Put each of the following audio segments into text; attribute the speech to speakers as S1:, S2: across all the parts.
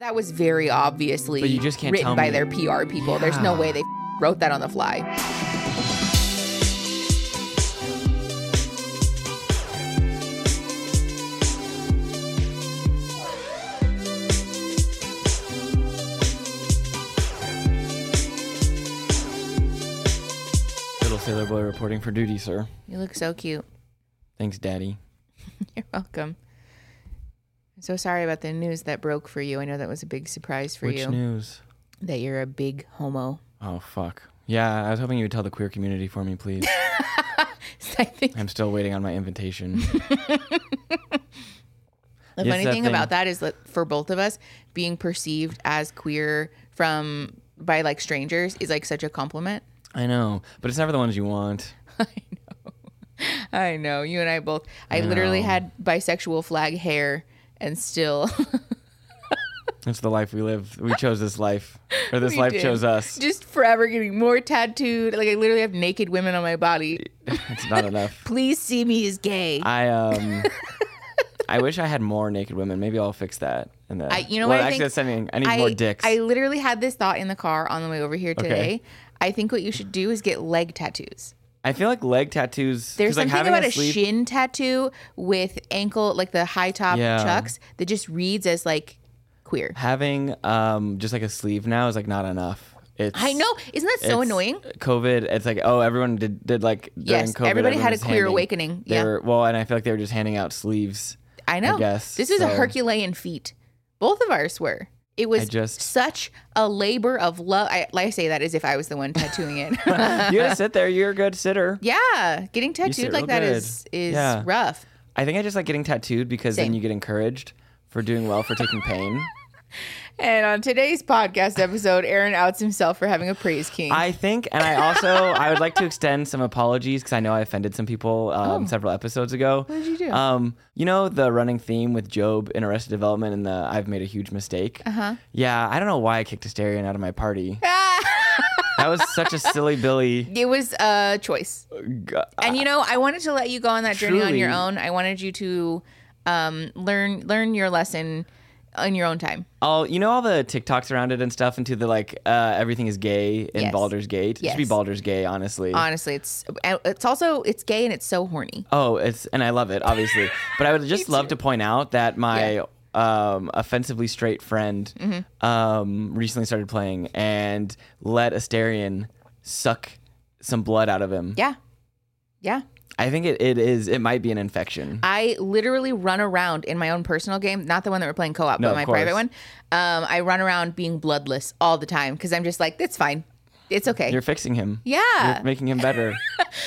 S1: That was very obviously
S2: But you just can't
S1: written
S2: tell
S1: by
S2: me.
S1: their PR people. There's no
S2: Yeah.
S1: way they wrote that on the fly.
S2: Little sailor boy reporting for duty, sir.
S1: You look so cute.
S2: Thanks, daddy.
S1: You're welcome. I'm so sorry about the news that broke for you. I know that was a big surprise for
S2: Which
S1: you
S2: news?
S1: that you're a big homo.
S2: Oh fuck. Yeah, I was hoping you would tell the queer community for me, please.
S1: I think
S2: I'm still waiting on my invitation.
S1: the
S2: It's
S1: funny thing
S2: that thing.
S1: about that is that for both of us, being perceived as queer from by like strangers is like such a compliment.
S2: I know, but it's never the ones you want.
S1: I know you and I both. I, literally
S2: know.
S1: had bisexual flag hair and still
S2: It's the life we live. We chose this life, or this
S1: We
S2: life
S1: did.
S2: chose us.
S1: just forever getting more tattooed. Like I literally have naked women on my body.
S2: It's not enough.
S1: Please see me as gay.
S2: I um, I wish I had more naked women. Maybe I'll fix that. And then,
S1: I- you know
S2: well,
S1: what I
S2: Actually,
S1: think?
S2: that's something. I need more dicks.
S1: I literally had this thought in the car on the way over here today. I think what you should do is get leg tattoos.
S2: I feel like leg tattoos. 'cause,
S1: There's
S2: like
S1: something
S2: having
S1: about a,
S2: a sleep.
S1: shin tattoo with ankle, like the high top
S2: Yeah.
S1: chucks, that just reads as like queer.
S2: having um, just like a sleeve now is like not enough. It's
S1: I know. Isn't that so
S2: it's
S1: annoying?
S2: COVID, it's like oh, everyone did, did like during
S1: Yes,
S2: COVID.
S1: everybody had
S2: everyone
S1: a
S2: was
S1: queer
S2: handing-
S1: awakening.
S2: They
S1: Yeah.
S2: were, well, and I feel like they were just handing out sleeves.
S1: I know.
S2: guess,
S1: this is a
S2: so.
S1: Herculean feat. Both of ours were. It was
S2: just-
S1: such a labor of love. I, I say that as if I was the one tattooing it.
S2: you gotta sit there. You're a good sitter.
S1: Uh-huh. yeah, getting
S2: sit
S1: tattooed like
S2: real
S1: that
S2: good.
S1: is is
S2: Yeah.
S1: rough.
S2: I think I just like getting tattooed because
S1: Same.
S2: then you get encouraged for doing well for taking pain.
S1: And on today's podcast episode, Aaron outs himself for having a praise king.
S2: I think, and I also I would like to extend some apologies because I know I offended some people um, several episodes ago. What
S1: did you do?
S2: Um, you know the running theme with Job in Arrested Development and the I've made a huge mistake. Uh huh. Yeah, I don't know why I kicked Asterion out of my party. that was such a silly Billy.
S1: it was a choice.
S2: G-
S1: And you know, I wanted to let you go on that journey on your
S2: Oh, Truly.
S1: own. I wanted you to um, learn learn your lesson on your own time.
S2: All you know all the TikToks around it and stuff into the like uh, everything is gay in
S1: Yes.
S2: Baldur's Gate. It should be
S1: Yes.
S2: Baldur's Gay, honestly.
S1: Honestly, it's it's also it's gay and it's so horny.
S2: Oh, it's and I love it, obviously. but I would just love to point out that my um, offensively straight friend
S1: Mm-hmm.
S2: um, recently started playing and let Asterion suck some blood out of him.
S1: Yeah. Yeah.
S2: I think it, it is. It might be an infection.
S1: I literally run around in my own personal game, not the one that we're playing co-op,
S2: No,
S1: but
S2: of
S1: my
S2: course.
S1: private one. Um, I run around being bloodless all the time because I'm just like, it's fine, it's okay.
S2: You're fixing him.
S1: yeah.
S2: You're making him better.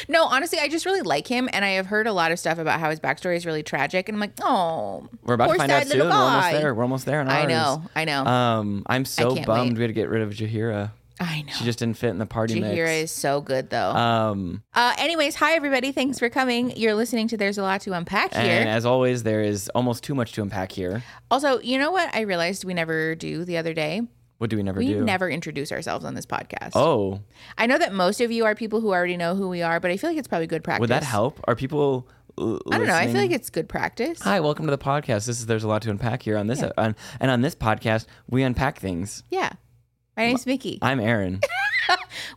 S1: no, honestly, I just really like him, and I have heard a lot of stuff about how his backstory is really tragic, and I'm like, oh,
S2: We're about
S1: poor
S2: to find
S1: sad
S2: out soon.
S1: little
S2: We're almost
S1: guy.
S2: there. We're almost there. In
S1: I
S2: ours.
S1: know, I know,
S2: Um, I'm so
S1: can't
S2: bummed
S1: wait.
S2: we had to get rid of Jahira.
S1: I know.
S2: She just didn't fit in the party
S1: Jahira is
S2: mix.
S1: so good though.
S2: Um,
S1: uh, anyways, hi everybody. Thanks for coming. You're listening to There's a Lot to Unpack here.
S2: and as always, there is almost too much to unpack here.
S1: also, you know what I realized we never do the other day?
S2: What do we never
S1: We
S2: do?
S1: never introduce ourselves on this podcast.
S2: Oh,
S1: I know that most of you are people who already know who we are, but I feel like it's probably good practice.
S2: would that help? Are people? l-
S1: I don't know. I feel
S2: listening?
S1: like it's good practice.
S2: Hi, welcome to the podcast. This is there's a lot to unpack here on this on, and on this podcast we unpack things.
S1: yeah. My name's Mickey.
S2: I'm Aaron.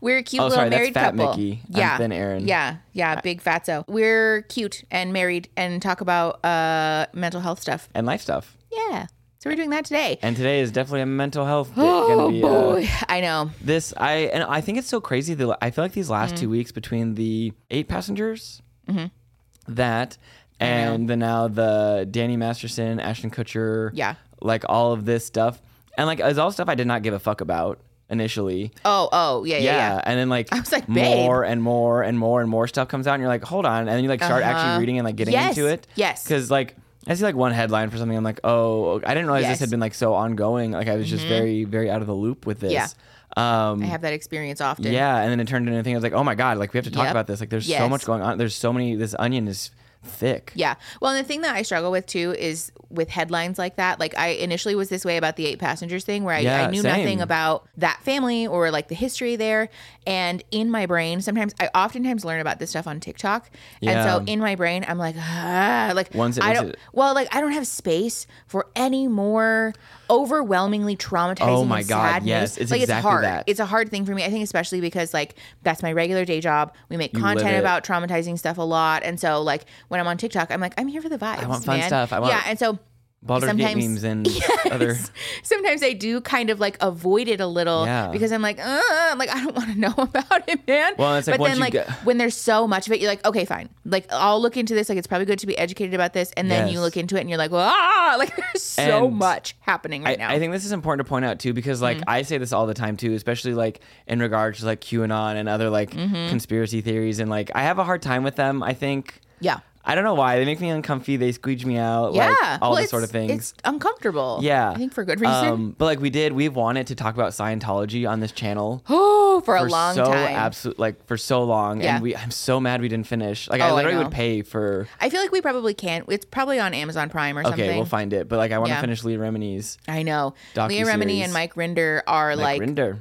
S1: We're a cute
S2: Oh,
S1: little
S2: sorry, that's
S1: married
S2: Fat
S1: couple.
S2: Mickey. I'm
S1: Yeah.
S2: Thin Aaron.
S1: Yeah. Yeah. Big fatso. We're cute and married and talk about uh, mental health stuff.
S2: and life stuff.
S1: Yeah. So we're doing that today.
S2: And today is definitely a mental health. day.
S1: Oh
S2: Gonna be, uh,
S1: boy. I know.
S2: this I and I think it's so crazy. The I feel like these last
S1: Mm.
S2: two weeks between the eight passengers,
S1: Mm-hmm.
S2: that, and the now the Danny Masterson, Ashton Kutcher,
S1: Yeah.
S2: like all of this stuff, and like it's all stuff I did not give a fuck about initially.
S1: Oh, oh, yeah, yeah,
S2: Yeah.
S1: yeah.
S2: And then like, I
S1: was like, babe.
S2: more and more and more and more stuff comes out, and you're like, hold on, and then you like start
S1: Uh-huh.
S2: actually reading and like getting
S1: Yes.
S2: into it.
S1: Yes.
S2: Because like. I see like one headline for something. I'm like, oh, I didn't realize
S1: Yes. Mm-hmm.
S2: this had been like so ongoing. Like I was just very, very out of the loop with this.
S1: Yeah.
S2: Um,
S1: I have that experience often.
S2: yeah, and then it turned into a thing. I was like, oh my god, like we have to talk
S1: Yep.
S2: about this. Like, there's so
S1: Yes.
S2: much going on. There's so many. This onion is thick.
S1: Yeah. Well, and the thing that I struggle with too is with headlines like that. Like I initially was this way about the eight passengers thing where I,
S2: Yeah,
S1: I knew
S2: same.
S1: nothing about that family or like the history there. And in my brain, sometimes I oftentimes learn about this stuff on TikTok.
S2: Yeah.
S1: And so in my brain, I'm like, ah, like
S2: Once it
S1: I
S2: makes
S1: don't
S2: it-
S1: well, like I don't have space for any more overwhelmingly traumatizing.
S2: Oh my
S1: and
S2: God,
S1: sad news.
S2: yes. It's
S1: like it's
S2: exactly
S1: hard.
S2: that.
S1: It's a hard thing for me. I think especially because like that's my regular day job. We make
S2: live
S1: content
S2: it.
S1: about traumatizing stuff a lot, and so like when I'm on TikTok, I'm like, I'm here for the vibes. I
S2: want fun stuff. I want-
S1: yeah, and so.
S2: Baldur's Gate
S1: Sometimes-
S2: memes and other.
S1: Sometimes I do kind of like avoid it a little
S2: Yeah.
S1: because I'm like, uh, I'm like I don't want to know about it, man.
S2: Well, it's like
S1: but
S2: once
S1: then
S2: you
S1: like
S2: get-
S1: when there's so much of it, you're like, okay, fine. Like I'll look into this. Like it's probably good to be educated about this, and then you
S2: Yes.
S1: look into it and you're like, ah, like there's so
S2: And
S1: much happening right now.
S2: I, I think this is important to point out too, because like
S1: Mm-hmm.
S2: I say this all the time too, especially like in regards to like QAnon and other like
S1: Mm-hmm.
S2: conspiracy theories, and like I have a hard time with them. I think.
S1: Yeah.
S2: I don't know why they make me uncomfy. They squeege me out.
S1: yeah,
S2: Like, all
S1: Well,
S2: these sort of
S1: it's-
S2: things.
S1: It's uncomfortable.
S2: yeah,
S1: I think for good reason.
S2: Um, but like we did, we wanted to talk about Scientology on this channel
S1: oh, for, a
S2: for
S1: long
S2: so
S1: time.
S2: absolute like for so long,
S1: Yeah.
S2: and we I'm so mad we didn't finish. Like
S1: Oh,
S2: I
S1: I
S2: literally
S1: know.
S2: would pay for.
S1: I feel like we probably can't. It's probably on Amazon Prime or something.
S2: Okay, we'll find it. But like I want to
S1: Yeah.
S2: finish Lee Remini's
S1: I know. Leah
S2: Docuseries.
S1: Remini and Mike Rinder are like
S2: Rinder.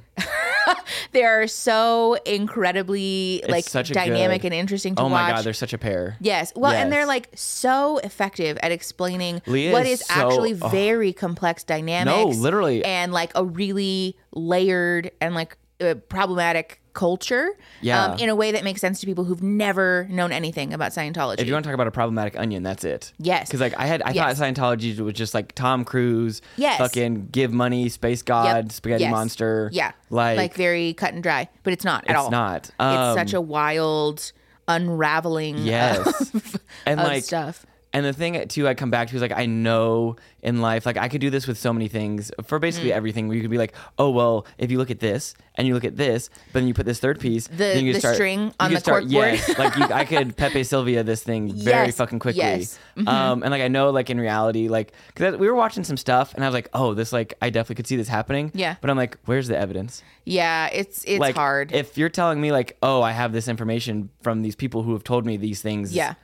S1: they are so incredibly like
S2: such a
S1: dynamic
S2: good-
S1: and interesting to
S2: Oh
S1: watch.
S2: my god, they're such a pair.
S1: Yes. Well, and they're
S2: Yes.
S1: like so effective at explaining
S2: Leah
S1: what
S2: is
S1: is,
S2: so-
S1: actually
S2: oh.
S1: very complex dynamics.
S2: literally.
S1: And like a really layered and like uh, problematic culture. um,
S2: Yeah.
S1: in a way that makes sense to people who've never known anything about Scientology.
S2: If you want to talk about a problematic onion, that's it.
S1: Yes.
S2: Because like I had, I
S1: Yes.
S2: thought Scientology was just like Tom Cruise,
S1: Yes.
S2: fucking give money, space god, spaghetti
S1: Yes.
S2: monster,
S1: yeah.
S2: like,
S1: very cut and dry, but it's not at all.
S2: it's not. Um,
S1: it's such a wild unraveling
S2: Yes.
S1: of,
S2: and
S1: of
S2: like
S1: stuff
S2: And the thing too, I come back to is like I know in life, like I could do this with so many things for basically
S1: Mm.
S2: everything. Where you could be like, oh well, if you look at this and you look at this, but then you put this third piece, then you could
S1: the
S2: start,
S1: string
S2: you
S1: on
S2: could
S1: the
S2: start,
S1: corkboard.
S2: Yes, like you, I could Pepe Sylvia this thing very
S1: Yes,
S2: fucking quickly.
S1: yes. Mm-hmm.
S2: Um, and like I know, like in reality, like because we were watching some stuff, and I was like, oh, this like I definitely could see this happening.
S1: Yeah.
S2: But I'm like, where's the evidence?
S1: yeah it's it's
S2: like
S1: hard
S2: If you're telling me like, oh, I have this information from these people who have told me these things.
S1: yeah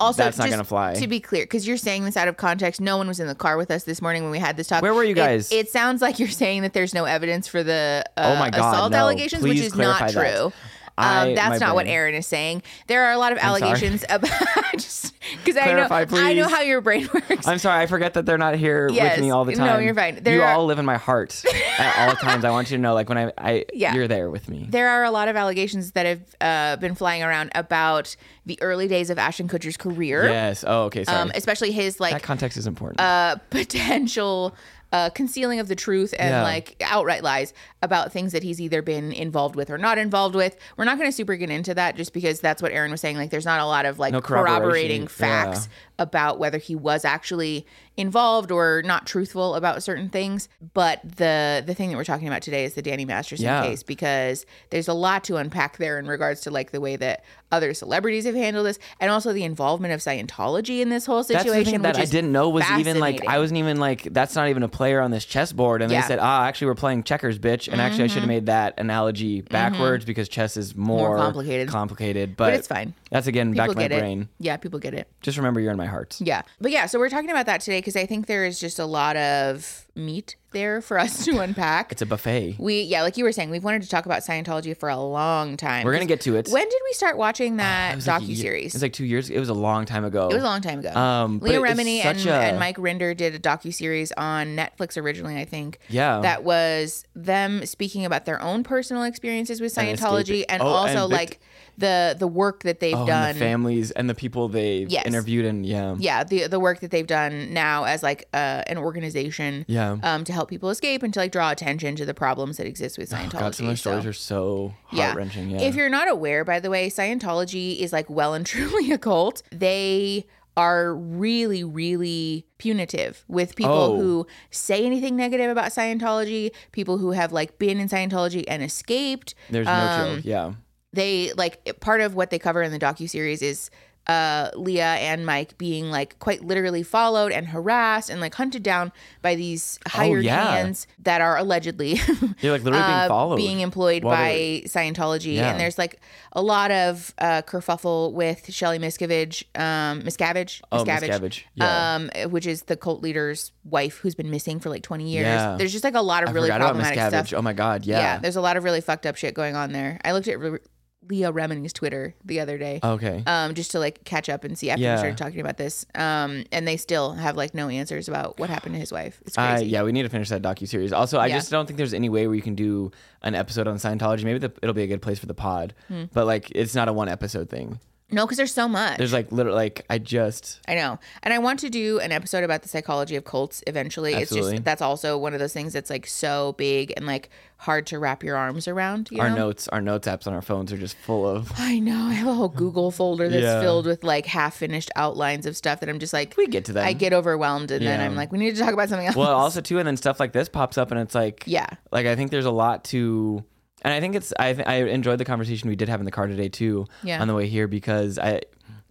S1: also
S2: that's not
S1: just
S2: gonna fly.
S1: to be clear because you're saying this out of context no one was in the car with us this morning when we had this talk
S2: Where were you
S1: It-
S2: guys?
S1: it, sounds like you're saying that there's no evidence for the uh,
S2: Oh my God,
S1: assault
S2: no.
S1: allegations which
S2: Please
S1: is not
S2: clarify that.
S1: true
S2: I-
S1: um, that's
S2: my
S1: not what
S2: brain-
S1: Aaron is saying. There are a lot of
S2: sorry.
S1: allegations about just because I know
S2: Clarify,
S1: I know
S2: please.
S1: how your brain works.
S2: I'm sorry, I forget that they're not here
S1: Yes.
S2: with me all the
S1: No,
S2: time.
S1: you're fine.
S2: you
S1: There are-
S2: all live in my heart at all times. I want you to know, like when I, I
S1: Yeah.
S2: you're there with me.
S1: there are a lot of allegations that have uh, been flying around about the early days of Ashton Kutcher's career,
S2: Yes. Oh, okay. Sorry.
S1: um, especially his
S2: that
S1: like
S2: context is important.
S1: uh, potential uh, concealing of the truth and
S2: Yeah.
S1: like outright lies about things that he's either been involved with or not involved with. We're not going to super get into that just because that's what Aaron was saying. Like, there's not a lot of like
S2: No corroboration.
S1: corroborating facts about whether he was actually involved or not truthful about certain things. But the the thing that we're talking about today is the Danny Masterson
S2: Yeah.
S1: case because there's a lot to unpack there in regards to like the way that other celebrities have handled this and also the involvement of Scientology in this whole
S2: that's
S1: situation.
S2: the thing that
S1: which
S2: I
S1: is
S2: didn't know was even like
S1: fascinating.
S2: I wasn't even like that's not even a player on this chessboard. And
S1: Yeah. Mm-hmm.
S2: they said, ah, actually we're playing checkers, bitch. And actually I should have made that analogy backwards because chess is more,
S1: complicated.
S2: Complicated, but,
S1: it's fine.
S2: That's again back
S1: people
S2: to my
S1: get it.
S2: brain.
S1: Yeah, people get it.
S2: Just remember, you're in my heart.
S1: Yeah. But yeah, so we're talking about that today because I think there is just a lot of meat there for us to unpack.
S2: It's a buffet.
S1: we yeah, like you were saying, we've wanted to talk about Scientology for a long time.
S2: We're gonna get to it.
S1: When did we start watching that
S2: It was like a
S1: docu
S2: year-
S1: series?
S2: It's like two years. It was a long time ago.
S1: It was a long time ago.
S2: Um, but
S1: Leah
S2: it is
S1: Remini and,
S2: such a-
S1: and Mike Rinder did a docu series on Netflix originally, I think.
S2: Yeah.
S1: that was them speaking about their own personal experiences with
S2: And
S1: Scientology
S2: escaping-
S1: and,
S2: Oh,
S1: also
S2: and vict-
S1: like the the work that they've
S2: Oh,
S1: done.
S2: and the families and the people they
S1: Yes.
S2: interviewed and yeah.
S1: yeah the the work that they've done now as like uh, an organization
S2: Yeah.
S1: um to help people escape and to like draw attention to the problems that exist with Scientology
S2: Oh, God, some of the stories are so heart wrenching. Yeah.
S1: if you're not aware by the way Scientology is like well and truly a cult they are really really punitive with people
S2: Oh.
S1: who say anything negative about Scientology people who have like been in Scientology and escaped
S2: There's no
S1: um,
S2: joke. Yeah.
S1: they like part of what they cover in the docu series is uh, Leah and Mike being like quite literally followed and harassed and like hunted down by these hired
S2: Oh, yeah.
S1: hands that are allegedly
S2: You're like literally being
S1: uh,
S2: followed.
S1: being employed
S2: while
S1: by
S2: they
S1: Scientology.
S2: Yeah.
S1: And there's like a lot of uh, kerfuffle with Shelly Miscavige, um, Miscavige,
S2: Oh, Miscavige. Yeah.
S1: um, which is the cult leader's wife who's been missing for like 20 years.
S2: Yeah.
S1: There's just like a lot of
S2: I
S1: really
S2: forgot about
S1: problematic
S2: Miscavige.
S1: stuff.
S2: Oh my god,
S1: yeah.
S2: yeah.
S1: there's a lot of really fucked up shit going on there. I looked at Re- Leah Remini's Twitter the other day.
S2: okay.
S1: Um, just to like catch up and see after
S2: Oh. Yeah.
S1: we started talking about this. Um, and they still have like no answers about what happened to his wife. It's
S2: Uh,
S1: crazy.
S2: yeah, we need to finish that docu series. Also, I
S1: Yeah.
S2: just don't think there's any way where you can do an episode on Scientology. Maybe the, it'll be a good place for the pod,
S1: Hmm.
S2: but like it's not a one episode thing.
S1: No, because there's so much.
S2: There's like literally like I just
S1: I know. And I want to do an episode about the psychology of cults eventually. It's
S2: Absolutely.
S1: just that's also one of those things that's like so big and like hard to wrap your arms around. You
S2: our
S1: know?
S2: notes our notes apps on our phones are just full of.
S1: I know. I have a whole Google folder that's
S2: Yeah.
S1: filled with like half finished outlines of stuff that I'm just like,
S2: We get to that.
S1: I get overwhelmed and then
S2: Yeah.
S1: I'm like, we need to talk about something else.
S2: well, also too, and then stuff like this pops up, and it's like
S1: Yeah.
S2: like I think there's a lot to, and I think it's I th- I enjoyed the conversation we did have in the car today too
S1: Yeah.
S2: on the way here because I.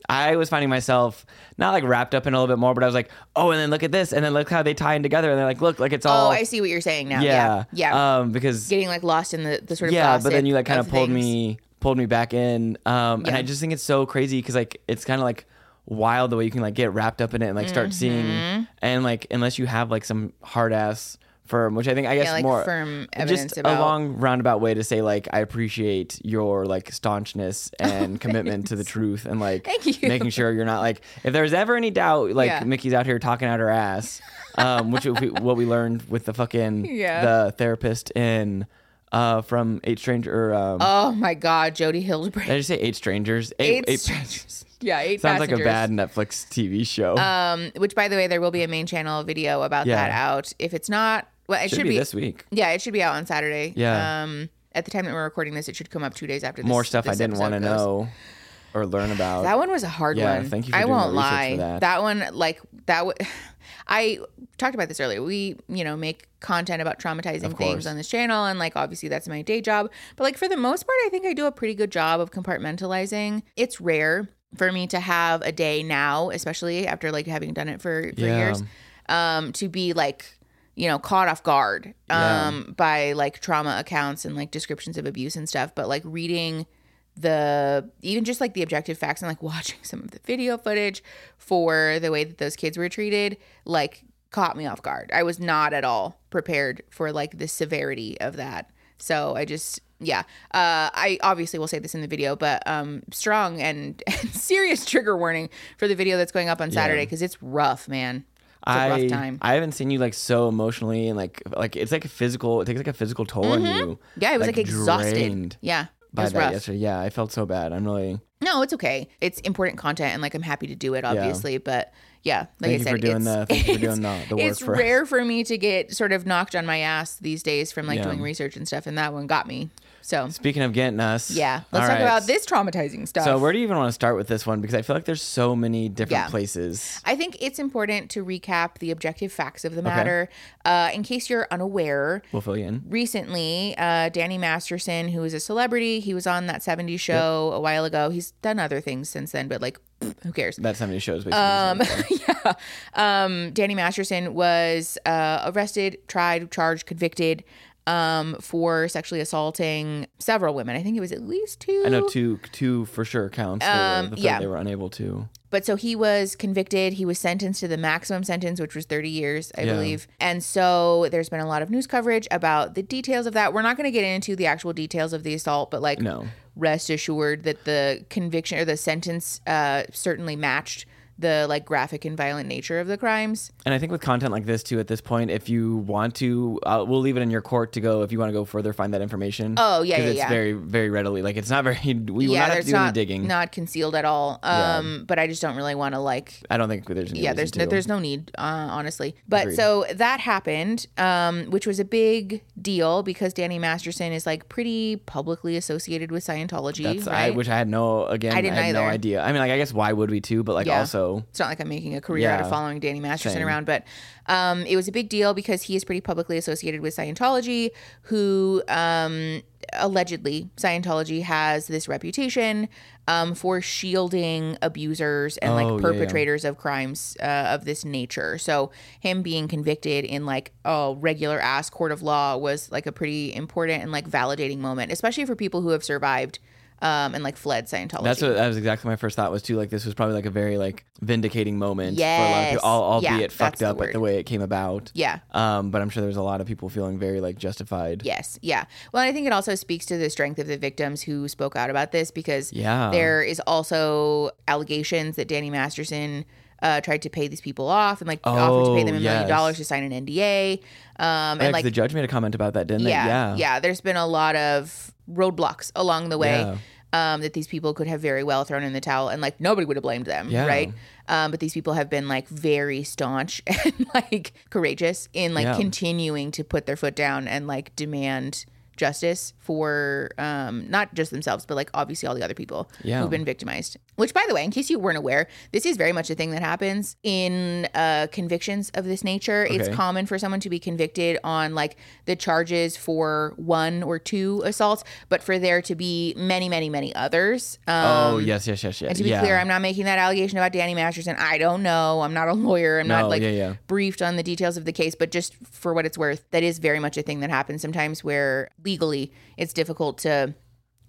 S2: I was finding myself not like wrapped up in a little bit more, but I was like, oh, and then look at this, and then look how they tie in together, and they're like, look, like it's all
S1: oh, I see what you're saying now.
S2: yeah
S1: Yeah. Yeah.
S2: um because
S1: Getting like lost in the, the sort of
S2: yeah but then you like kind
S1: gossip
S2: of pulled
S1: things.
S2: me pulled me back in um and
S1: Yeah.
S2: i just think it's so crazy because like it's kind of like wild the way you can like get wrapped up in it and like start
S1: Mm-hmm.
S2: seeing and like unless you have like some hard ass firm which i think i guess
S1: Yeah, like
S2: more
S1: firm evidence
S2: just
S1: about
S2: a long roundabout way to say like i appreciate your like staunchness and commitment to the truth and like
S1: Thank you.
S2: making sure you're not like if there's ever any doubt like
S1: Yeah.
S2: mickey's out here talking out her ass um which we, what we learned with the fucking
S1: Yeah.
S2: the therapist in uh from eight stranger or um
S1: Oh my God, Jody Hildebrand.
S2: did I just say eight strangers?
S1: Eight, strangers. Yeah, eight
S2: sounds like a
S1: passengers.
S2: bad Netflix TV show.
S1: Um, which by the way, there will be a main channel video about
S2: Yeah.
S1: that out. If it's not, well, it
S2: Should be this week.
S1: Yeah, it should be out on Saturday.
S2: Yeah.
S1: Um, at the time that we're recording this, it should come up two days after. This,
S2: More stuff I
S1: this episode
S2: didn't want to
S1: goes.
S2: know or learn about.
S1: That one was a hard
S2: Yeah,
S1: one.
S2: thank you for
S1: I
S2: doing the
S1: won't
S2: research for
S1: lie.
S2: that.
S1: one, like that. W- I talked about this earlier. We, you know, make content about traumatizing
S2: course.
S1: things on this channel, and like obviously that's my day job. But like for the most part, I think I do a pretty good job of compartmentalizing. It's rare for me to have a day now, especially after like having done it for, for
S2: Yeah.
S1: years, um, to be like you know caught off guard
S2: Yeah.
S1: um by like trauma accounts and like descriptions of abuse and stuff but like reading the even just like the objective facts and like watching some of the video footage for the way that those kids were treated like caught me off guard i was not at all prepared for like the severity of that so i just yeah uh i obviously will say this in the video but um strong and, and serious trigger warning for the video that's going up on saturday because it's rough man it's a
S2: I
S1: rough time
S2: I haven't seen you like so emotionally and like like it's like a physical. It takes like a physical toll on you.
S1: Yeah, it was like, exhausted.
S2: drained
S1: Yeah. Mm-hmm. It
S2: By
S1: was
S2: that
S1: rough.
S2: yesterday, yeah, I felt so bad. I'm really
S1: No, it's okay. It's important content and like I'm happy to do it obviously, but yeah, like
S2: Thank you
S1: I
S2: for
S1: said,
S2: doing
S1: it's,
S2: the- thank you for doing
S1: it's-
S2: the- the work
S1: it's
S2: for us.
S1: rare for me to get sort of knocked on my ass these days from like
S2: Yeah.
S1: doing research and stuff and that one got me. So,
S2: speaking of getting us.
S1: yeah,
S2: all
S1: let's talk
S2: right.
S1: about this traumatizing stuff.
S2: So where do you even want to start with this one? Because I feel like there's so many different
S1: Yeah.
S2: places.
S1: I think it's important to recap the objective facts of the matter uh, in case you're unaware.
S2: We'll fill you in.
S1: recently uh, danny masterson who is a celebrity he was on that 70s show a while ago he's done other things since then but like who cares
S2: That's how many shows basically. Um,
S1: yeah um, danny masterson was uh, arrested tried charged convicted um, for sexually assaulting several women i think it was at least two
S2: I know two two for sure counts. They were- the third
S1: Um, yeah.
S2: they were unable to.
S1: But so he was convicted. He was sentenced to the maximum sentence, which was 30 years, I
S2: Yeah.
S1: believe. And so there's been a lot of news coverage about the details of that. We're not going to get into the actual details of the assault, but like,
S2: No.
S1: rest assured that the conviction or the sentence uh, certainly matched the like graphic and violent nature of the crimes.
S2: And I think with content like this too, at this point, if you want to, uh, we'll leave it in your court to go. If you want to go further, find that information.
S1: Oh, yeah,
S2: 'Cause
S1: yeah,
S2: it's
S1: yeah.
S2: very, very readily. Like it's not very. We will
S1: yeah,
S2: not have to
S1: there's
S2: do
S1: not
S2: any digging.
S1: not concealed at all. Um, but I just don't really want to like
S2: I don't think there's any.
S1: yeah
S2: reason
S1: there's
S2: to.
S1: no, there's no need uh, honestly but
S2: Agreed.
S1: so that happened um, which was a big deal because danny masterson is like pretty publicly associated with scientology
S2: That's, I
S1: right?
S2: wish I had no. Again, I
S1: didn't
S2: had no
S1: either.
S2: idea. I mean, like I guess why would we too? But like
S1: Yeah.
S2: also, so
S1: it's not like I'm making a career out of
S2: Yeah.
S1: following Danny Masterson
S2: Same.
S1: around, but um, it was a big deal because he is pretty publicly associated with Scientology, who um, allegedly Scientology has this reputation um, for shielding abusers and
S2: Oh,
S1: like
S2: yeah, yeah.
S1: perpetrators of crimes uh, of this nature. So him being convicted in like a regular ass court of law was like a pretty important and like validating moment, especially for people who have survived. Um, and like fled Scientology.
S2: that's what that was exactly my first thought was too. Like this was probably like a very like vindicating moment for a lot
S1: Yes.
S2: of people, al-
S1: Yeah,
S2: albeit
S1: that's
S2: fucked
S1: the
S2: up at the way it came about.
S1: yeah,
S2: Um, but I'm sure there was a lot of people feeling very like justified.
S1: Yes. Yeah. Well, I think it also speaks to the strength of the victims who spoke out about this because
S2: Yeah.
S1: there is also allegations that Danny Masterson uh, tried to pay these people off and like offered to pay
S2: Oh,
S1: them a million
S2: yes.
S1: dollars to sign an NDA. Um,
S2: Yeah,
S1: and
S2: 'cause
S1: like,
S2: the judge made a comment about that, didn't
S1: yeah,
S2: they?
S1: yeah, There's been a lot of roadblocks along the way.
S2: Yeah.
S1: Um, that these people could have very well thrown in the towel and like nobody would have blamed them,
S2: Yeah.
S1: right? Um, but these people have been like very staunch and like courageous in like
S2: Yeah.
S1: continuing to put their foot down and like demand justice for um, not just themselves, but like obviously all the other people
S2: Yeah.
S1: who've been victimized. Which, by the way, in case you weren't aware, this is very much a thing that happens in uh, convictions of this nature. It's
S2: Okay.
S1: common for someone to be convicted on like the charges for one or two assaults, but for there to be many, many, many others. Um,
S2: Oh yes, yes, yes, yes.
S1: and to be
S2: yeah.
S1: clear, I'm not making that allegation about Danny Masterson. I don't know. I'm not a lawyer. I'm not
S2: No,
S1: like
S2: yeah, yeah.
S1: briefed on the details of the case, but just for what it's worth, that is very much a thing that happens sometimes where legally it's difficult to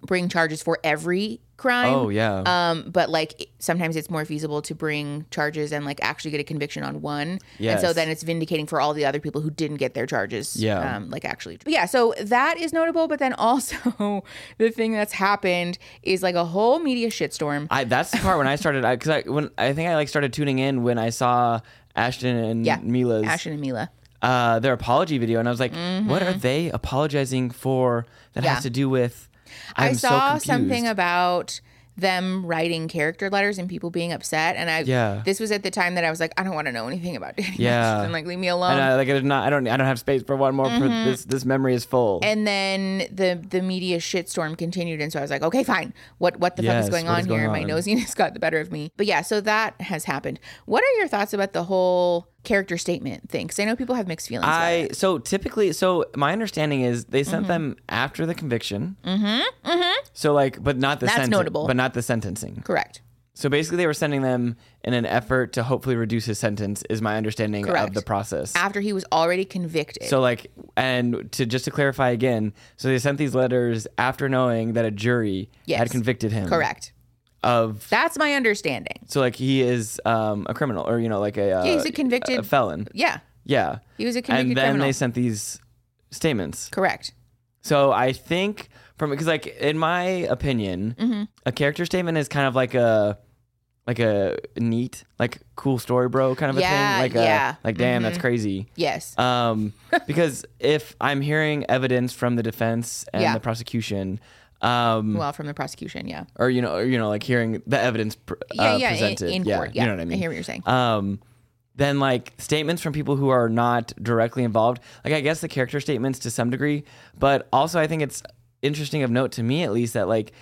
S1: bring charges for every crime.
S2: oh yeah.
S1: Um, but like it- sometimes it's more feasible to bring charges and like actually get a conviction on one. And so
S2: Yes.
S1: then it's vindicating for all the other people who didn't get their charges.
S2: Yeah.
S1: Um, like actually. But yeah. So that is notable. But then also the thing that's happened is like a whole media shitstorm.
S2: I that's the part when I started because I, when I think I like started tuning in when I saw Ashton and
S1: Yeah.
S2: Mila's
S1: Ashton and Mila.
S2: uh, their apology video, and I was like, what are they apologizing for? That
S1: Yeah.
S2: has to do with.
S1: i
S2: I'm so
S1: saw
S2: confused.
S1: something about them writing character letters and people being upset. And I,
S2: Yeah.
S1: this was at the time that I was like, I don't want to know anything about Danny
S2: Yeah.
S1: Masterson. Like, leave me alone.
S2: And I, like I did not, I don't, I don't have space for one more. For
S1: Mm-hmm.
S2: this, this memory is full.
S1: and then the the media shitstorm continued and so i was like okay fine what what the fuck is
S2: Yes,
S1: going
S2: what
S1: on
S2: is going
S1: here my
S2: on?
S1: nosiness got the better of me but yeah so that has happened what are your thoughts about the whole character statement thing because i know people have mixed feelings about it.
S2: I so typically, so my understanding is they sent
S1: Mm-hmm.
S2: them after the conviction. Mm-hmm. Mm-hmm. So like, but not the
S1: That's
S2: senten-
S1: notable.
S2: but not the sentencing.
S1: correct
S2: So basically, they were sending them in an effort to hopefully reduce his sentence. Is my understanding
S1: Correct.
S2: of the process.
S1: after he was already convicted
S2: So like, and to just to clarify again, so they sent these letters after knowing that a jury
S1: Yes.
S2: had convicted him
S1: correct
S2: of.
S1: that's my understanding
S2: So like, he is um, a criminal, or you know, like a uh,
S1: he's a convicted-
S2: a felon.
S1: yeah
S2: Yeah,
S1: he was a convicted
S2: and then
S1: criminal
S2: they sent these statements.
S1: correct
S2: So I think from because like in my opinion,
S1: Mm-hmm.
S2: a character statement is kind of like a like a neat, like cool story, bro, kind of
S1: Yeah,
S2: a thing. Like
S1: yeah. Mm-hmm.
S2: a, like damn, that's crazy.
S1: yes
S2: Um, because if I'm hearing evidence from the defense and
S1: Yeah.
S2: the prosecution, um, uh,
S1: well from the prosecution yeah
S2: or you know, or, you know, like hearing the evidence pr-
S1: yeah
S2: uh,
S1: yeah in-
S2: presented,
S1: in, court yeah
S2: you know what I mean.
S1: hear what you're saying
S2: um, then like statements from people who are not directly involved, like I guess the character statements to some degree, but also I think it's interesting of note to me at least that like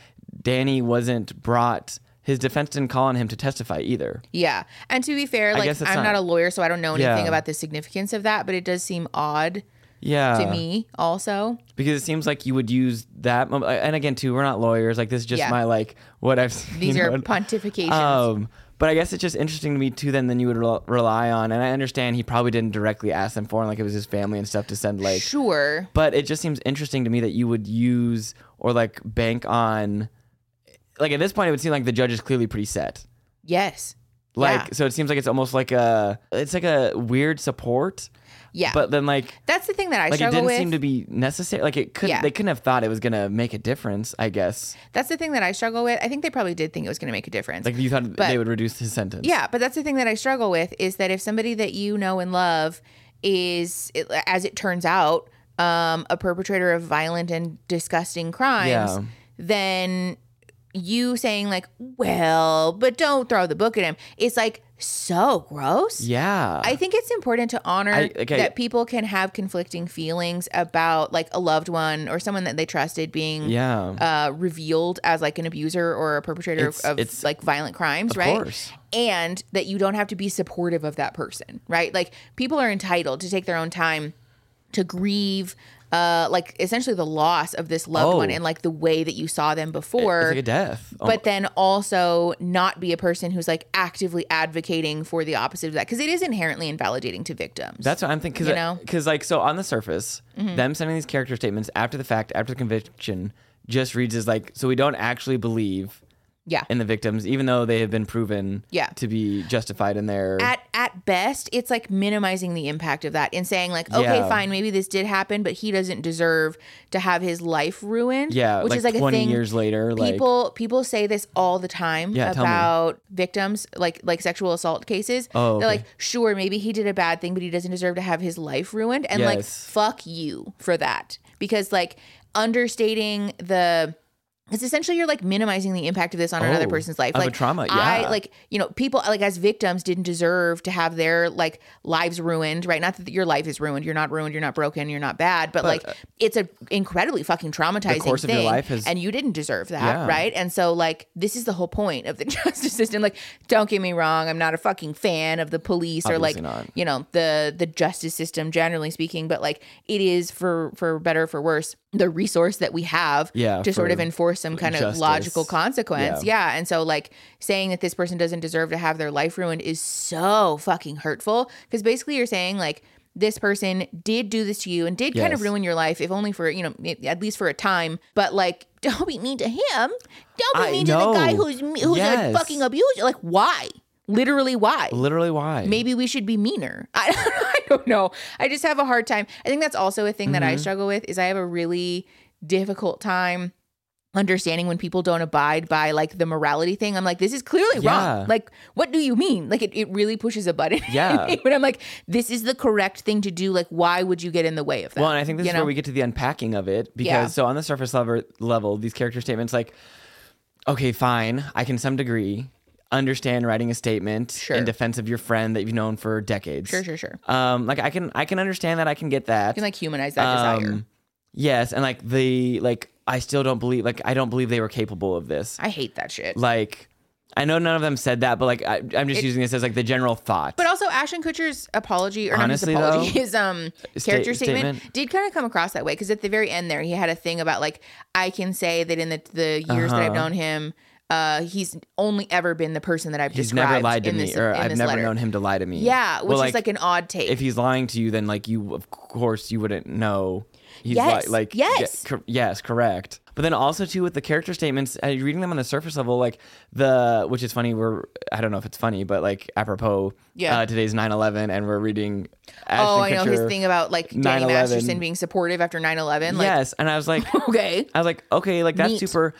S2: Danny wasn't brought. His defense didn't call on him to testify either.
S1: Yeah. And to be fair, like
S2: guess it's
S1: I'm not,
S2: not-
S1: a lawyer, so I don't know anything
S2: Yeah.
S1: about the significance of that, but it does seem odd
S2: Yeah,
S1: to me also.
S2: because it seems like you would use that mom- and again too we're not lawyers like this is just
S1: Yeah.
S2: my like what i've seen
S1: These are
S2: on-
S1: pontifications.
S2: um but i guess it's just interesting to me too then than you would rel- rely on and i understand he probably didn't directly ask them for and like it was his family and stuff to send like
S1: sure.
S2: but it just seems interesting to me that you would use or like bank on like at this point it would seem like the judge is clearly pretty set
S1: Yes.
S2: like
S1: yeah.
S2: so it seems like it's almost like a it's like a weird support
S1: yeah.
S2: but then like
S1: that's the thing that I
S2: like it
S1: struggle
S2: didn't
S1: with.
S2: seem to be necessary. Like it could
S1: Yeah.
S2: not they couldn't have thought it was gonna make a difference. I guess
S1: that's the thing that I struggle with. I think they probably did think it was going to make a difference.
S2: like you thought
S1: But-
S2: they would reduce his sentence.
S1: Yeah, but that's the thing that I struggle with is that if somebody that you know and love is, it- as it turns out, um, a perpetrator of violent and disgusting crimes,
S2: Yeah.
S1: then you saying like, well, but don't throw the book at him is like so gross.
S2: Yeah.
S1: I think it's important to honor
S2: I- okay.
S1: that people can have conflicting feelings about like a loved one or someone that they trusted being
S2: yeah.
S1: uh, revealed as like an abuser or a perpetrator
S2: It's-
S1: of,
S2: it's-
S1: like violent crimes, right?
S2: course.
S1: And that you don't have to be supportive of that person, right? Like people are entitled to take their own time to grieve. Uh, like essentially the loss of this loved
S2: Oh.
S1: one and like the way that you saw them before
S2: it's like a death. Oh,
S1: but then also not be a person who's like actively advocating for the opposite of that because it is inherently invalidating to victims.
S2: That's what I'm thinking. Cause,
S1: You know? Mm-hmm.
S2: Because, like, so on the surface, them sending these character statements after the fact, after the conviction, just reads as like, so we don't actually believe
S1: yeah.
S2: in the victims, even though they have been proven
S1: Yeah.
S2: to be justified in their.
S1: at at best, it's like minimizing the impact of that and saying like, okay,
S2: Yeah.
S1: fine, maybe this did happen, but he doesn't deserve to have his life ruined.
S2: yeah,
S1: which
S2: like
S1: is like
S2: 20
S1: a thing
S2: years later. like,
S1: people people say this all the time
S2: Yeah, tell me.
S1: about victims like like sexual assault cases
S2: Oh,
S1: they're
S2: okay.
S1: like sure maybe he did a bad thing but he doesn't deserve to have his life ruined and like
S2: Yes.
S1: fuck you for that because like understating the because essentially you're like minimizing the impact of this on another
S2: Oh,
S1: person's life
S2: of a
S1: like
S2: trauma,
S1: I
S2: yeah.
S1: like you know people like as victims didn't deserve to have their like lives ruined right not that your life is ruined you're not ruined you're not broken you're not bad but, like it's a incredibly fucking traumatizing
S2: uh, course of your
S1: thing,
S2: life has-
S1: and you didn't deserve that
S2: Yeah.
S1: right and so like this is the whole point of the justice system like don't get me wrong i'm not a fucking fan of the police
S2: Obviously
S1: or like
S2: not.
S1: you know the the justice system generally speaking but like it is for for better or for worse the resource that we have
S2: Yeah,
S1: to sort
S2: for
S1: of enforce some kind of
S2: justice.
S1: logical consequence yeah. and so like saying that this person doesn't deserve to have their life ruined is so fucking hurtful because basically you're saying like this person did do this to you and did kind of
S2: Yes.
S1: ruin your life if only for you know at least for a time but like don't be mean to him don't be
S2: I
S1: mean to the guy
S2: know.
S1: who's who's
S2: Yes.
S1: like fucking abused like why literally why
S2: literally, why?
S1: maybe we should be meaner. I, I don't know. I just have a hard time. I think that's also a thing that
S2: Mm-hmm.
S1: I struggle with is I have a really difficult time understanding when people don't abide by like the morality thing. I'm like, this is clearly
S2: Yeah.
S1: wrong. Like, what do you mean? Like it, it really pushes a button. in
S2: Yeah.
S1: me, but I'm like, this is the correct thing to do. Like, why would you get in the way of that?
S2: Well, and I think this
S1: you
S2: is where
S1: know?
S2: we get to the unpacking of it because
S1: Yeah.
S2: so on the surface level, level, these character statements like, okay, fine, I can to some degree understand writing a statement
S1: Sure.
S2: in defense of your friend that you've known for decades.
S1: Sure, sure, sure.
S2: Um, like I can, I can understand that, I can get that.
S1: You can like humanize that desire.
S2: Um, Yes, and like the like, I still don't believe, like I don't believe they were capable of this.
S1: I hate that shit.
S2: Like, I know none of them said that, but like I, I'm just using this as like the general thought.
S1: But also, Ashton Kutcher's apology, or
S2: Honestly,
S1: not his apology,
S2: though,
S1: his um character statement,
S2: statement.
S1: did kind of come across that way. Because at the very end there, he had a thing about like, I can say that in the the years that I've
S2: Uh-huh.
S1: known him, uh, he's only ever been the person that I've
S2: He's
S1: described.
S2: never lied to
S1: in
S2: me,
S1: this,
S2: or
S1: in
S2: I've
S1: this
S2: never
S1: letter.
S2: known him to lie to me.
S1: Yeah, which
S2: Well,
S1: is like an odd take.
S2: if he's lying to you, then like you, of course, you wouldn't know. He's
S1: Yes,
S2: li- like
S1: yes.
S2: yeah, cor- yes, correct. But then also too with the character statements, uh, reading them on the surface level, like the which is funny. We're I don't know if it's funny, but like apropos,
S1: Yeah.
S2: uh, today's 9-11 and we're reading.
S1: oh, I
S2: Ashton
S1: know his
S2: Kutcher-
S1: thing about like Danny
S2: 9/11.
S1: Masterson being supportive after 9-11. Like,
S2: yes, and I was like,
S1: okay,
S2: I was like, okay, like that's
S1: Neat.
S2: super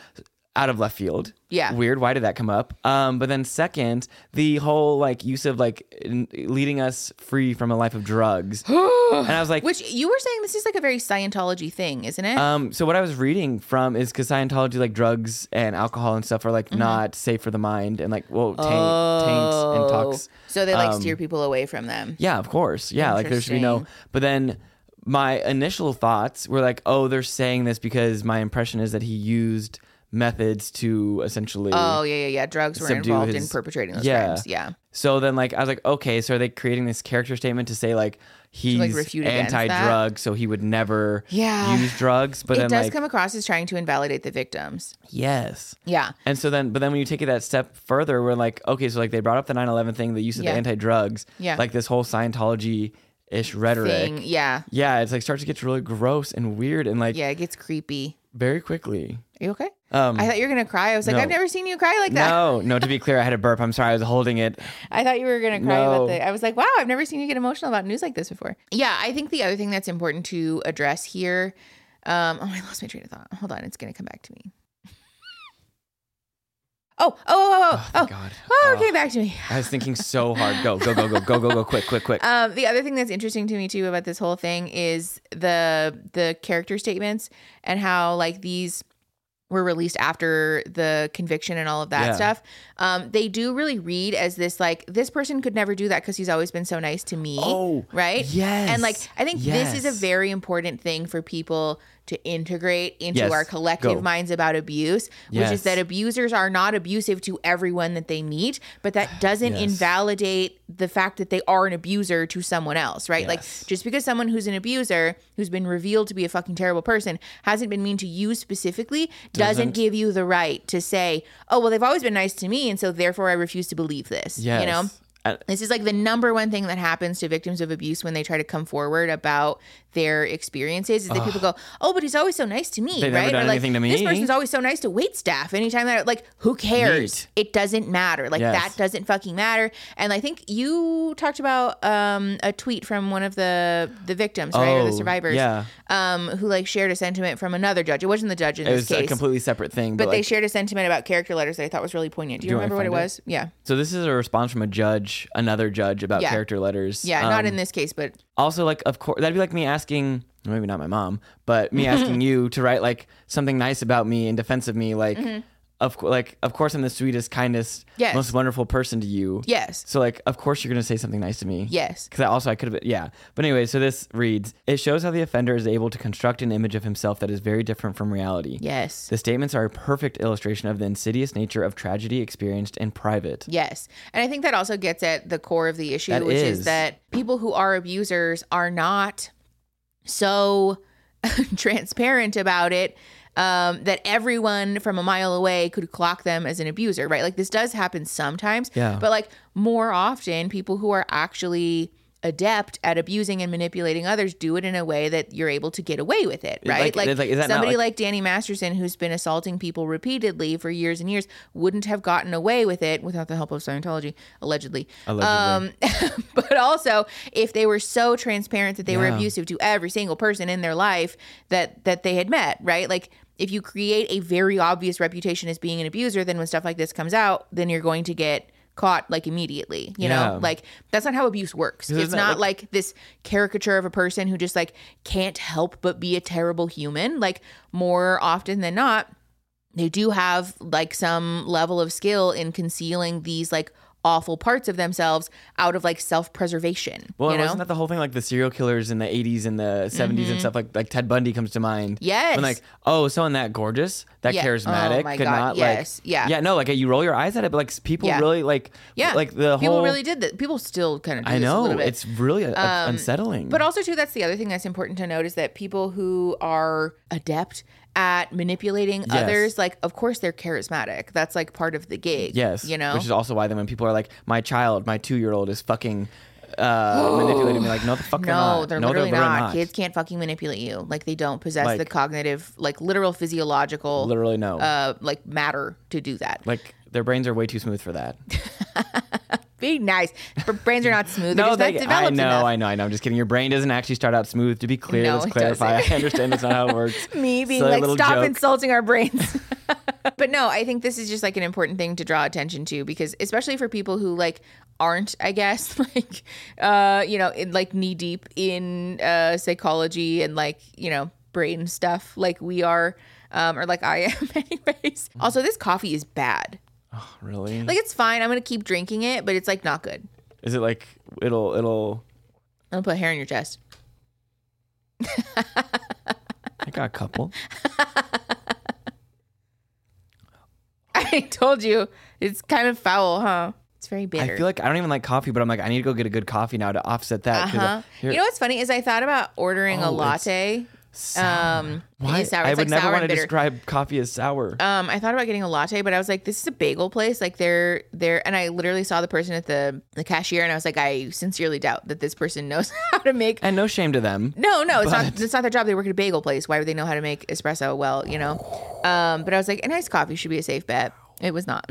S2: out of left field.
S1: Yeah.
S2: Weird. Why did that come up? Um, but then second, the whole like use of like n- leading us free from a life of drugs. and I was like,
S1: which you were saying this is like a very Scientology thing, isn't it?
S2: um, so what I was reading from is because Scientology, like drugs and alcohol and stuff, are like
S1: Mm-hmm.
S2: not safe for the mind and like whoa, taint, taints and tox.
S1: so they like steer people away from them.
S2: um, Yeah, of course. Yeah, like there should be no. But then my initial thoughts were like, oh, they're saying this because my impression is that he used methods to essentially.
S1: Oh yeah, yeah, yeah. Drugs were
S2: subdue
S1: involved in
S2: his-
S1: perpetrating those
S2: Yeah.
S1: crimes. Yeah.
S2: So then, like, I was like, okay, so are they creating this character statement to say like he's
S1: refute against that?
S2: anti-drug, so he would never
S1: Yeah.
S2: use drugs? But
S1: it
S2: then,
S1: does
S2: like,
S1: come across as trying to invalidate the victims.
S2: yes.
S1: Yeah.
S2: And so then, but then when you take it that step further, we're like, okay, so like they brought up the 9 11 thing, the use of
S1: Yeah.
S2: the anti drugs,
S1: Yeah.
S2: like this whole Scientology ish rhetoric.
S1: Thing. Yeah.
S2: Yeah, it's like starts to get really gross and weird and like
S1: Yeah, it gets creepy.
S2: very quickly.
S1: Are you okay?
S2: Um,
S1: I thought you were gonna cry. I was like,
S2: no.
S1: I've never seen you cry like that.
S2: No, no, to be clear, I had a burp. I'm sorry, I was holding it.
S1: I thought you were gonna cry about
S2: No.
S1: the. I was like, wow, I've never seen you get emotional about news like this before. Yeah, I think the other thing that's important to address here. Um, oh, I lost my train of thought. Hold on, it's gonna come back to me. Oh, oh, oh, oh, oh,
S2: thank
S1: oh,
S2: God.
S1: oh, it
S2: Oh.
S1: came back to me.
S2: I was thinking so hard. Go, go, go, go, go, go, go, quick, quick, quick.
S1: Um, the other thing that's interesting to me too about this whole thing is the the character statements and how like these were released after the conviction and all of that
S2: Yeah.
S1: stuff, um, they do really read as this like this person could never do that because he's always been so nice to me.
S2: Oh,
S1: right. And like
S2: yes,
S1: I think this is a
S2: yes.
S1: very important thing for people to integrate into
S2: Yes,
S1: our collective
S2: go.
S1: minds about abuse, which
S2: Yes.
S1: is that abusers are not abusive to everyone that they meet, but that doesn't
S2: Yes.
S1: invalidate the fact that they are an abuser to someone else, right? Like
S2: Yes.
S1: just because someone who's an abuser, who's been revealed to be a fucking terrible person, hasn't been mean to you specifically, doesn't,
S2: Doesn't-
S1: give you the right to say, "Oh, well, they've always been nice to me, and so therefore I refuse to believe this."
S2: Yes. Uh,
S1: You know?
S2: And-
S1: This is like the number one thing that happens to victims of abuse when they try to come forward about their experiences is that people go, "Oh, but he's always so nice to me,"
S2: They've never
S1: right?
S2: done
S1: like,
S2: anything to
S1: This
S2: me."
S1: person's always so nice to wait staff. Anytime that, like, who cares? It doesn't matter. Like
S2: Yes.
S1: that doesn't fucking matter. And I think you talked about um, a tweet from one of the the victims, right, or the
S2: Oh,
S1: survivors,
S2: yeah.
S1: um, who like shared a sentiment from another judge. It wasn't the judge in
S2: it
S1: this
S2: was a
S1: case,
S2: completely separate thing. But,
S1: but they
S2: like,
S1: shared a sentiment about character letters that I thought was really poignant. Do you,
S2: Do you want me
S1: remember
S2: to
S1: what it
S2: find it?
S1: was? Yeah,
S2: so this is a response from a judge, another judge about
S1: Yeah.
S2: character letters.
S1: yeah, not
S2: Um,
S1: in this case, but
S2: also like of course that'd be like me asking maybe not my mom but me asking you to write like something nice about me in defense of me like of course like of course i'm the sweetest kindest
S1: Mm-hmm. Yes.
S2: most wonderful person to you
S1: yes,
S2: so like of course you're gonna say something nice to me
S1: yes.
S2: because I also I could have yeah. But anyway, so this reads: It shows how the offender is able to construct an image of himself that is very different from reality.
S1: Yes.
S2: The statements are a perfect illustration of the insidious nature of tragedy experienced in private.
S1: Yes. And I think that also gets at the core of the issue,
S2: That
S1: which is.
S2: is.
S1: that people who are abusers are not so transparent about it um, that everyone from a mile away could clock them as an abuser, right? Like this does happen sometimes,
S2: Yeah.
S1: but like more often, people who are actually adept at abusing and manipulating others do it in a way that you're able to get away with it, right?
S2: like- it's like, is that not,
S1: somebody
S2: like-
S1: like Danny Masterson, who's been assaulting people repeatedly for years and years, wouldn't have gotten away with it without the help of Scientology, allegedly.
S2: Allegedly.
S1: Um, but also, if they were so transparent that they were
S2: Yeah.
S1: abusive to every single person in their life that that they had met, right? Like if you create a very obvious reputation as being an abuser, then when stuff like this comes out, then you're going to get caught like immediately you know
S2: Yeah.
S1: like that's not how abuse works
S2: isn't
S1: it's
S2: that,
S1: not
S2: like,
S1: like like this caricature of a person who just like can't help but be a terrible human like more often than not they do have like some level of skill in concealing these like awful parts of themselves out of like self-preservation
S2: Well,
S1: you
S2: and
S1: know Mm-hmm.
S2: wasn't that the whole thing like the serial killers in the 80s and the 70s and stuff? Like like Ted Bundy comes to mind.
S1: Yes.
S2: And like, oh, someone that gorgeous, that
S1: Yeah.
S2: charismatic,
S1: Oh my
S2: could
S1: God,
S2: not
S1: yes.
S2: like.
S1: Yeah.
S2: Yeah, no, like you roll your eyes at it, but like people
S1: Yeah.
S2: really like.
S1: yeah
S2: Like the
S1: people
S2: whole.
S1: really did that people still kind of do
S2: I
S1: this a
S2: know.
S1: little bit. Um,
S2: It's really uh, unsettling.
S1: But also too, that's the other thing that's important to note is that people who are adept at manipulating others, like of course they're charismatic. That's like part of the gig.
S2: Yes.
S1: you know,
S2: Which is also why then when people are like, my child, my two year old is fucking uh, manipulating me, like, no, the fuck they're
S1: no,
S2: not.
S1: they're
S2: no,
S1: literally
S2: they're
S1: not. Kids can't fucking manipulate you. Like they don't possess
S2: Like-
S1: the cognitive, like literal physiological,
S2: Literally, no.
S1: uh, like matter to do that.
S2: like, their brains are way too smooth for that.
S1: Be nice. Br- Brains are not smooth. they're
S2: no,
S1: just
S2: they,
S1: not
S2: I
S1: developed
S2: know,
S1: enough.
S2: I know, I know. I'm just kidding. Your brain doesn't actually start out smooth. To be clear,
S1: No,
S2: let's
S1: it
S2: clarify.
S1: doesn't.
S2: I understand that's not how it works.
S1: me being
S2: Silly
S1: like,
S2: little
S1: stop
S2: joke.
S1: insulting our brains. but no, I think this is just like an important thing to draw attention to because, especially for people who like aren't, I guess, like, uh, you know, in, like knee deep in uh, psychology and like, you know, brain stuff like we are, um, or like I am, anyways. Also, this coffee is bad.
S2: Oh, Really?
S1: Like, it's fine. I'm going to keep drinking it, but it's like not good.
S2: Is it like it'll it'll?
S1: I'm going to put hair in your chest.
S2: I got a couple.
S1: I told you it's kind of foul, huh? It's very bitter.
S2: I feel like I don't even like coffee, but I'm like I need to go get a good coffee now to offset that. 'cause, uh,
S1: Uh-huh.
S2: here-
S1: you know what's funny is I thought about ordering a
S2: Oh, it's
S1: latte.
S2: sour.
S1: Um, it
S2: Why?
S1: is sour.
S2: I
S1: It's
S2: would
S1: like
S2: never
S1: sour
S2: want
S1: and
S2: to
S1: bitter.
S2: describe coffee as sour.
S1: um, I thought about getting a latte, but I was like, this is a bagel place. Like they're they're and I literally saw the person at the the cashier and I was like, I sincerely doubt that this person knows how to make
S2: and no shame to them.
S1: no, no, it's not. It's not their job. They work at a bagel place. Why would they know how to make espresso? Well, you know. Um, but I was like, a nice coffee should be a safe bet. It was not.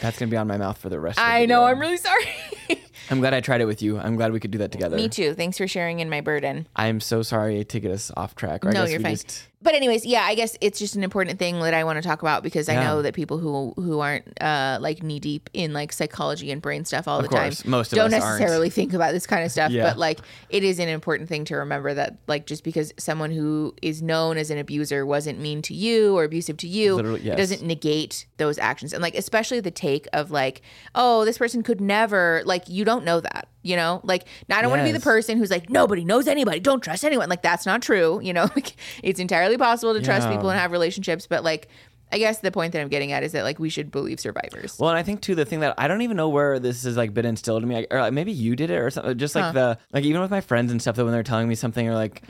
S2: That's gonna be on my mouth for the rest. of
S1: I
S2: the
S1: know.
S2: video.
S1: I'm really sorry.
S2: I'm glad I tried it with you. I'm glad we could do that together.
S1: Me too. Thanks for sharing in my burden.
S2: I'm so sorry to get us off track. Or I
S1: no,
S2: guess
S1: you're
S2: we
S1: fine.
S2: just-
S1: But anyways, yeah, I guess it's just an important thing that I want to talk about because I
S2: Yeah.
S1: know that people who who aren't uh, like knee deep in like psychology and brain stuff all the
S2: course,
S1: time
S2: most of
S1: don't
S2: us aren't.
S1: necessarily think about this kind of stuff.
S2: Yeah.
S1: But like, it is an important thing to remember that like just because someone who is known as an abuser wasn't mean to you or abusive to you
S2: Literally, yes.
S1: doesn't negate those actions and like especially the take of like oh this person could never like you don't know that you know like now i don't want to be the
S2: Yes.
S1: person who's like nobody knows anybody don't trust anyone like that's not true you know like it's entirely possible to trust
S2: Yeah.
S1: people and have relationships but like i guess the point that i'm getting at is that like we should believe survivors
S2: Well, and I think too the thing that I don't even know where this has like been instilled in me, like, or like, maybe you did it or something. Just like the like even with my friends and stuff that when they're telling me something or like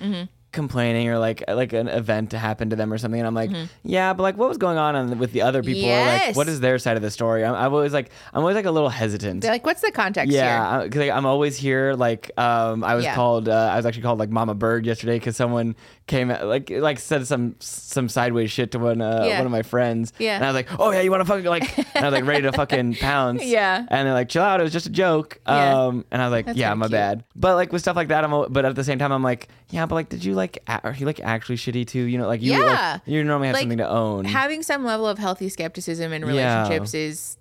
S2: complaining or like like an event happened to them or something, and I'm like, yeah, but like what was going on on with the other people? Or,
S1: Yes.
S2: like what is their side of the story? I'm, I'm always like I'm always like a little hesitant.
S1: they're like what's the context here
S2: Yeah, because like, I'm always here. Like, um, I was
S1: Yeah.
S2: called. Uh, I was actually called like Mama Bird yesterday because someone came at- like like said some some sideways shit to one uh,
S1: Yeah.
S2: one of my friends.
S1: Yeah.
S2: and I was like, oh yeah, you want to fucking like, and I was like ready to fucking pounce.
S1: Yeah.
S2: and they're like, chill out, it was just a joke.
S1: Yeah.
S2: Um, and I was like, yeah,
S1: kinda
S2: my
S1: cute.
S2: bad. But like with stuff like that, I'm. al- But at the same time, I'm like, yeah, but like, did you like? a- Are you like actually shitty too? You know, like you
S1: Yeah.
S2: like, you normally have
S1: Like,
S2: something to own.
S1: having some level of healthy skepticism in
S2: Yeah.
S1: relationships is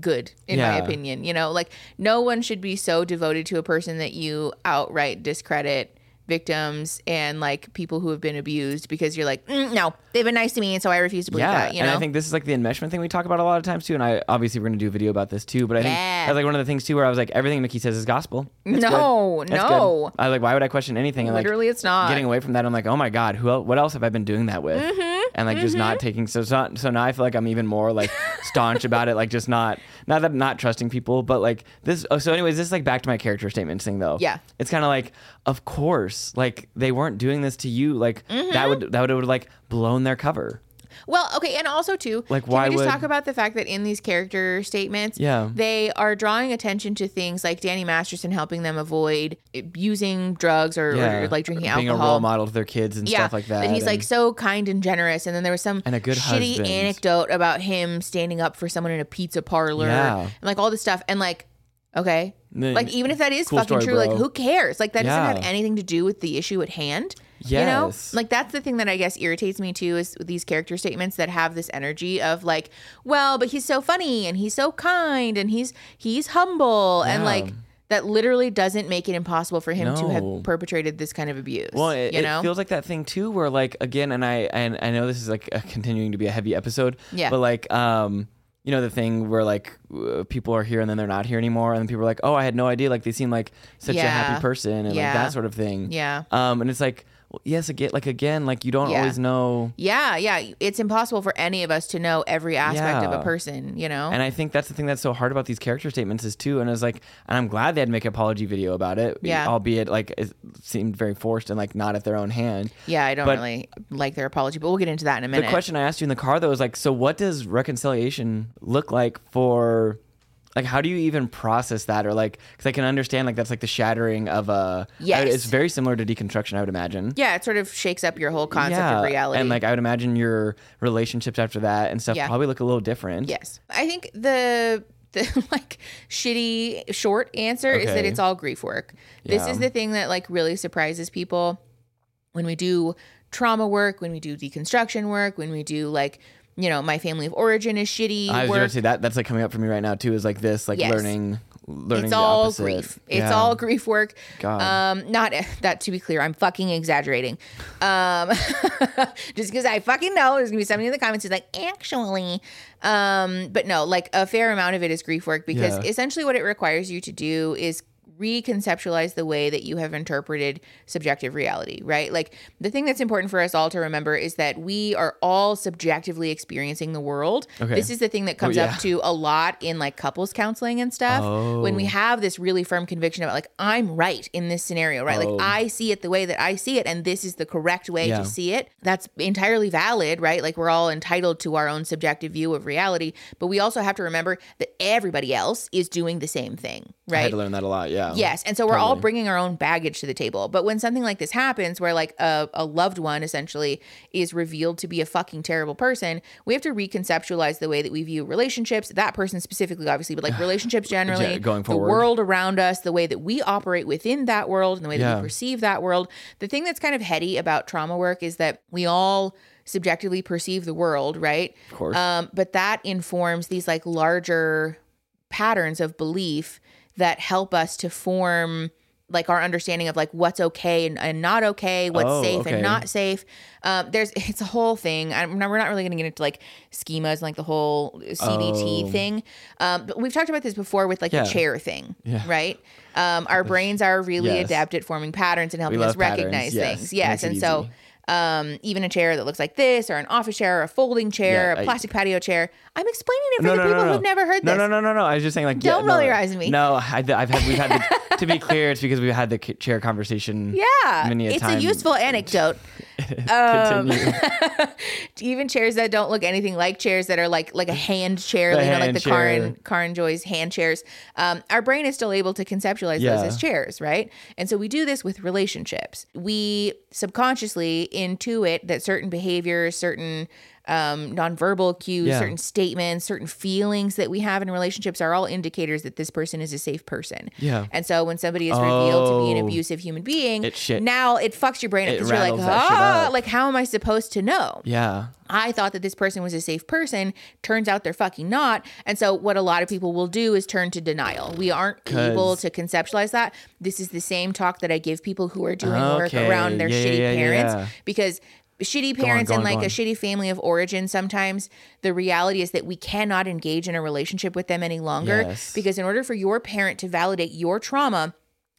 S1: good in my
S2: Yeah.
S1: opinion you know like no one should be so devoted to a person that you outright discredit victims and like people who have been abused because you're like "Mm, no they've been nice to me and so i refuse to believe that you know
S2: And I think this is like the enmeshment thing we talk about a lot of times too. And I obviously we're gonna do a video about this too. But I think
S1: Yeah.
S2: that's like one of the things too where I was like, everything Mickey says is gospel. It's good.
S1: No,
S2: It's good.
S1: no.
S2: I like why would I question anything? And, like,
S1: Literally, it's not.
S2: Getting away from that, I'm like, oh my god, who else, what else have I been doing that with?
S1: Mm-hmm.
S2: And like just not taking so so, so now I feel like I'm even more like staunch about it, like just not not that I'm not trusting people, but like this. Oh, so anyways, this is like back to my character statements thing though.
S1: Yeah.
S2: it's kind of like, of course, like they weren't doing this to you. Like
S1: Mm-hmm.
S2: that would that would have like blown their cover.
S1: Well, okay, and also too,
S2: Like,
S1: can
S2: why
S1: we just
S2: would-
S1: talk about the fact that in these character statements,
S2: Yeah.
S1: they are drawing attention to things like Danny Masterson helping them avoid eh, using drugs or, or, like drinking
S2: being
S1: alcohol,
S2: a role model to their kids and stuff like that.
S1: he's like
S2: and-
S1: so kind and generous. And then there was some
S2: And a good
S1: shitty
S2: husband.
S1: anecdote about him standing up for someone in a pizza parlor
S2: Yeah.
S1: and like all this stuff. And like, okay.
S2: Then-
S1: like even if that is
S2: cool
S1: fucking
S2: story,
S1: true, like
S2: bro.
S1: who cares? Like that doesn't have
S2: Yeah.
S1: anything to do with the issue at hand. You know?
S2: Yes.
S1: Like that's the thing that I guess irritates me too is these character statements that have this energy of like, well, but he's so funny and he's so kind and he's he's humble and
S2: Yeah.
S1: like that literally doesn't make it impossible for him to
S2: No.
S1: have perpetrated this kind of abuse.
S2: well, it,
S1: you
S2: it
S1: know?
S2: feels like that thing too, where like again, and I and I know this is like a continuing to be a heavy episode.
S1: Yeah.
S2: But like, um, you know, the thing where like w- people are here and then they're not here anymore, and then people are like, oh, I had no idea. Like they seem like such a
S1: Yeah.
S2: happy person and
S1: Yeah.
S2: like that sort of thing.
S1: Yeah.
S2: Um, and it's like, well, yes, again, like again, like you don't
S1: Yeah.
S2: always know.
S1: Yeah, yeah. It's impossible for any of us to know every aspect of
S2: Yeah.
S1: a person, you know?
S2: And I think that's the thing that's so hard about these character statements is too. And I was like, and I'm glad they had to make an apology video about it.
S1: Yeah.
S2: Albeit like it seemed very forced and like not at their own hand.
S1: yeah, I don't
S2: but-
S1: really like their apology, but we'll get into that in a
S2: The
S1: minute.
S2: question I asked you in the car though was like, so what does reconciliation look like for, like, how do you even process that? Or like, because I can understand like that's like the shattering of a. Yeah.
S1: Yes.
S2: it's very similar to deconstruction, I would imagine.
S1: yeah, it sort of shakes up your whole concept of reality.
S2: And like I would imagine your relationships after that and stuff
S1: Yeah.
S2: probably look a little different.
S1: yes. I think the the like shitty short answer is that
S2: Okay.
S1: it's all grief work. This
S2: Yeah.
S1: is the thing that like really surprises people when we do trauma work, when we do deconstruction work, when we do like, you know, my family of origin is shitty
S2: I was
S1: work.
S2: gonna say that that's like coming up for me right now too is like this like
S1: Yes.
S2: learning learning
S1: it's
S2: the
S1: all
S2: opposite.
S1: grief. It's
S2: Yeah.
S1: all grief work.
S2: God.
S1: Um, not that to be clear, I'm fucking exaggerating. Um, just because I fucking know there's gonna be somebody in the comments who's like, actually, um, but no, like a fair amount of it is grief work because
S2: Yeah.
S1: essentially what it requires you to do is reconceptualize the way that you have interpreted subjective reality, right? Like the thing that's important for us all to remember is that we are all subjectively experiencing the world.
S2: Okay.
S1: This is the thing that comes
S2: Oh, yeah.
S1: up to a lot in like couples counseling and stuff when
S2: Oh.
S1: we have this really firm conviction about like I'm right in this scenario, right?
S2: Oh.
S1: Like I see it the way that I see it and this is the correct way
S2: Yeah.
S1: to see it. That's entirely valid, right? Like we're all entitled to our own subjective view of reality, but we also have to remember that everybody else is doing the same thing.
S2: I had
S1: right?
S2: to learn that a lot. Yeah.
S1: Yes. And so we're all
S2: Totally.
S1: bringing our own baggage to the table. But when something like this happens, where like a, a loved one essentially is revealed to be a fucking terrible person, we have to reconceptualize the way that we view relationships, that person specifically, obviously, but like relationships generally,
S2: Yeah, going
S1: the
S2: forward.
S1: world around us, the way that we operate within that world, and the way that
S2: Yeah.
S1: we perceive that world. The thing that's kind of heady about trauma work is that we all subjectively perceive the world, right?
S2: Of course.
S1: Um, but that informs these like larger patterns of belief that help us to form like our understanding of like what's okay and, and not okay, what's
S2: Oh,
S1: safe
S2: okay.
S1: and not safe. Um, there's it's a whole thing. I'm not, we're not really gonna get into like schemas and like the whole CBT
S2: Oh.
S1: thing. Um, but we've talked about this before with like
S2: Yeah.
S1: the chair thing,
S2: Yeah.
S1: right? Um, our brains are really
S2: Yes.
S1: adept at forming patterns and helping us
S2: love patterns,
S1: recognize
S2: yes.
S1: things. Yes,
S2: Makes it
S1: and so
S2: easy.
S1: um, even a chair that looks like this, or an office chair, or a folding chair,
S2: Yeah,
S1: a
S2: I-
S1: plastic patio chair. I'm explaining it for the people who've never heard
S2: no,
S1: this.
S2: No, no, no, no, I was just saying, like,
S1: Don't
S2: yeah,
S1: roll
S2: no,
S1: your eyes at me.
S2: No, I, have had we've had the, to be clear, it's because we've had the c- chair conversation.
S1: Yeah,
S2: many a
S1: it's
S2: time.
S1: a useful anecdote.
S2: Continue.
S1: Um, Even chairs that don't look anything like chairs that are like like a hand chair,
S2: The
S1: you know, like
S2: hand
S1: the
S2: chair.
S1: Karin Karin Joy's hand chairs. Um, our brain is still able to conceptualize those
S2: Yeah.
S1: as chairs, right? And so we do this with relationships. We subconsciously intuit that certain behaviors, certain um, nonverbal cues,
S2: Yeah.
S1: certain statements, certain feelings that we have in relationships are all indicators that this person is a safe person.
S2: Yeah.
S1: And so when somebody is revealed to be an
S2: Oh.
S1: abusive human being,
S2: It shit-
S1: now it fucks your brain up
S2: It
S1: because you're like,
S2: rattles that shit
S1: ah,
S2: up.
S1: like how am I supposed to know?
S2: yeah.
S1: I thought that this person was a safe person. Turns out they're fucking not. And so, what a lot of people will do is turn to denial. We aren't
S2: 'Cause-
S1: able to conceptualize that. This is the same talk that I give people who are doing work
S2: Okay.
S1: around their
S2: Yeah,
S1: shitty
S2: yeah, yeah,
S1: parents
S2: yeah.
S1: because shitty parents
S2: go
S1: and
S2: on,
S1: like
S2: go
S1: a
S2: on.
S1: shitty family of origin sometimes the reality is that we cannot engage in a relationship with them any longer
S2: Yes.
S1: because in order for your parent to validate your trauma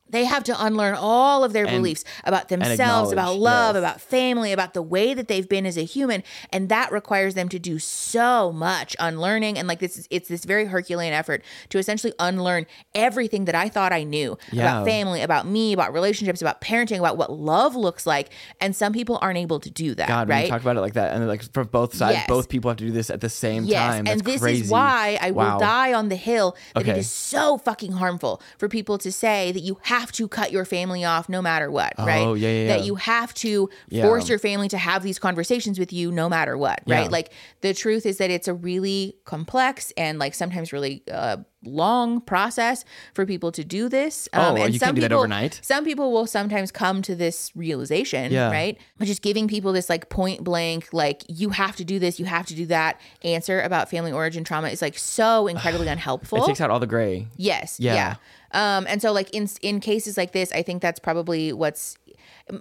S1: they have to unlearn all of their beliefs about themselves about
S2: acknowledge,
S1: love
S2: yes.
S1: about about family, about the way that they've been as a human, and that requires them to do so much unlearning. And like this, is, it's this very Herculean effort to essentially unlearn everything that I thought I knew about
S2: Yeah.
S1: family, about me, about relationships, about parenting, about what love looks like. And some people aren't able to do that,
S2: God, when you
S1: right?
S2: talk about it like that, and then, like from both sides,
S1: Yes.
S2: both people have to do this at the same time. That's
S1: and this
S2: crazy.
S1: is why I
S2: Wow.
S1: will die on the hill that it
S2: Okay.
S1: is so fucking harmful for people to say that you have to cut your family off no matter what, right?
S2: Oh, yeah, yeah,
S1: That
S2: yeah.
S1: you have to force your family to have these conversations with you no matter what, right?
S2: Yeah.
S1: Like the truth is that it's a really complex and like sometimes really uh, long process for people to do this. Um,
S2: Oh,
S1: and
S2: well, you can't do that
S1: people-
S2: overnight.
S1: some people will sometimes come to this realization,
S2: Yeah.
S1: right? But just giving people this like point blank, like you have to do this, you have to do that answer about family origin trauma is like so incredibly unhelpful.
S2: it takes out all the gray.
S1: Yes. Yeah.
S2: Yeah.
S1: Um, and so like in in cases like this, I think that's probably what's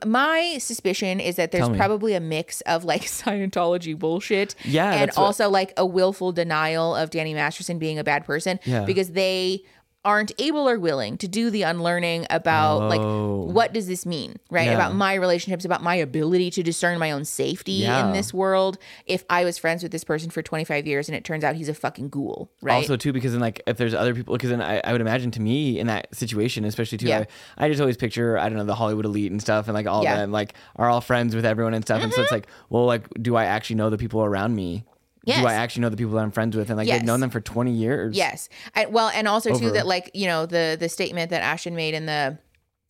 S1: my suspicion is that there's
S2: me.
S1: probably a mix of like Scientology bullshit,
S2: Yeah,
S1: and
S2: that's what-
S1: also like a willful denial of Danny Masterson being a bad person,
S2: Yeah.
S1: because they aren't able or willing to do the unlearning about
S2: Oh.
S1: like what does this mean right
S2: Yeah.
S1: about my relationships about my ability to discern my own safety in
S2: Yeah.
S1: this world if i was friends with this person for 25 years and it turns out he's a fucking ghoul right
S2: Also, too, because then like if there's other people, because then I, I would imagine to me in that situation, especially too,
S1: Yeah.
S2: I, I just always picture I don't know the Hollywood elite and stuff, and like all
S1: Yeah. Mm-hmm.
S2: them like are all friends with everyone and stuff, and so it's like, well, like do I actually know the people around me?
S1: Yes.
S2: Do I actually know the people that I'm friends with? And like
S1: Yes.
S2: they've known them for 20 years.
S1: Yes. I, well, and also too
S2: Over.
S1: that like you know the the statement that Ashton made in the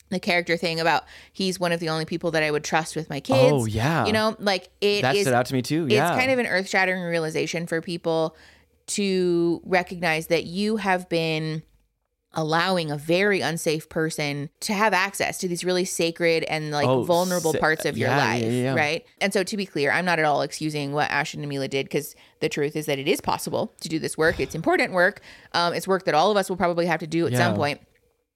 S1: the character thing about he's one of the only people that I would trust with my kids.
S2: Oh, yeah.
S1: You know, like it is.
S2: that stood out to me too. Yeah,
S1: It's kind of an earth shattering realization for people to recognize that you have been allowing a very unsafe person to have access to these really sacred and like
S2: Oh,
S1: vulnerable
S2: sa-
S1: parts of your
S2: yeah, yeah,
S1: life,
S2: yeah.
S1: right? And so to be clear, I'm not at all excusing what Ashton and Amila did because the truth is that it is possible to do this work. It's important work. Um, it's work that all of us will probably have to do at some
S2: Yeah.
S1: point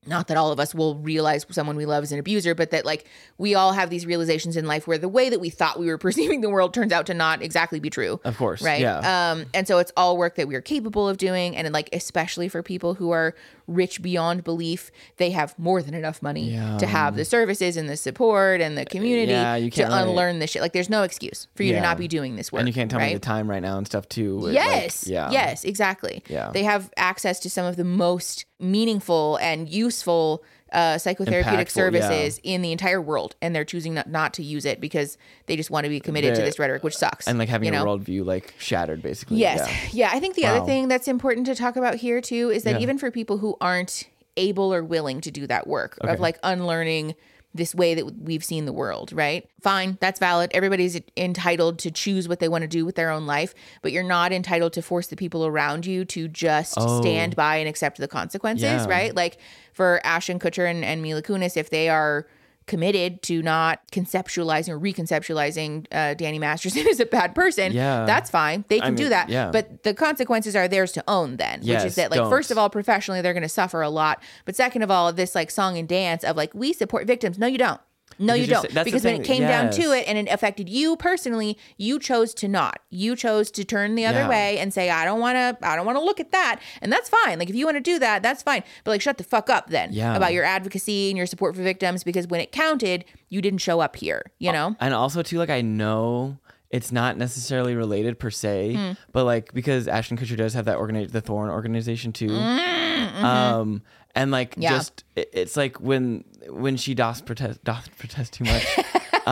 S1: not that all of us will realize someone we love is an abuser, but that like we all have these realizations in life where the way that we thought we were perceiving the world turns out to not exactly be true.
S2: Of course,
S1: Right.
S2: yeah.
S1: Um, and so it's all work that we are capable of doing. And like, especially for people who are rich beyond belief, they have more than enough money
S2: Yeah. Uh,
S1: to have the services and the support and the community
S2: Yeah, you
S1: to
S2: can't really-
S1: unlearn this shit. Like, there's no excuse for you to
S2: Yeah.
S1: not be doing this work.
S2: and you can't tell
S1: right?
S2: me the time right now and stuff too. It, like,
S1: Yes.
S2: yeah.
S1: Yes, exactly.
S2: Yeah.
S1: They have access to some of the most meaningful and useful uh, psychotherapeutic
S2: Impactful, yeah.
S1: services in the entire world, and they're choosing not, not to use it because they just want to be committed to
S2: They're-
S1: this rhetoric, which sucks.
S2: And like having
S1: you
S2: your
S1: know?
S2: worldview like shattered basically.
S1: Yes.
S2: Yeah.
S1: Yeah. I think the other
S2: Wow.
S1: thing that's important to talk about here too is that
S2: Yeah.
S1: even for people who aren't able or willing to do that work of like unlearning this way that we've seen the world, right? Fine, that's valid. Everybody's entitled to choose what they want to do with their own life, but you're not entitled to force the people around you to just stand by and accept the consequences,
S2: Oh. Yeah.
S1: right? Like for Ashton Kutcher and, and Mila Kunis, if they are committed to not conceptualizing or reconceptualizing uh, Danny Masterson as a bad person,
S2: Yeah.
S1: that's fine. They can do
S2: mean,
S1: that.
S2: yeah.
S1: But the consequences are theirs to own then, which
S2: Yes,
S1: is that like
S2: don't.
S1: first of all, professionally they're going to suffer a lot, but second of all, this like song and dance of like we support victims. No, you don't. No,
S2: Because
S1: you
S2: you're
S1: don't.
S2: sa- that's the
S1: because when
S2: thing,
S1: it came down to
S2: yes.
S1: it and it affected you personally, you chose to not. You chose to turn the other
S2: Yeah.
S1: way and say, I don't want to, I don't want to look at that. And that's fine. Like, if you want to do that, that's fine. But like, shut the fuck up then
S2: Yeah.
S1: about your advocacy and your support for victims because when it counted, you didn't show up here, you know?
S2: And also too, like I know it's not necessarily related per se,
S1: Mm.
S2: but like because Ashton Kutcher does have that organi- the Thorn organization too. Um, and like
S1: Mm, mm-hmm. Yeah.
S2: just it, it's like when when she doth protest doth protest too much.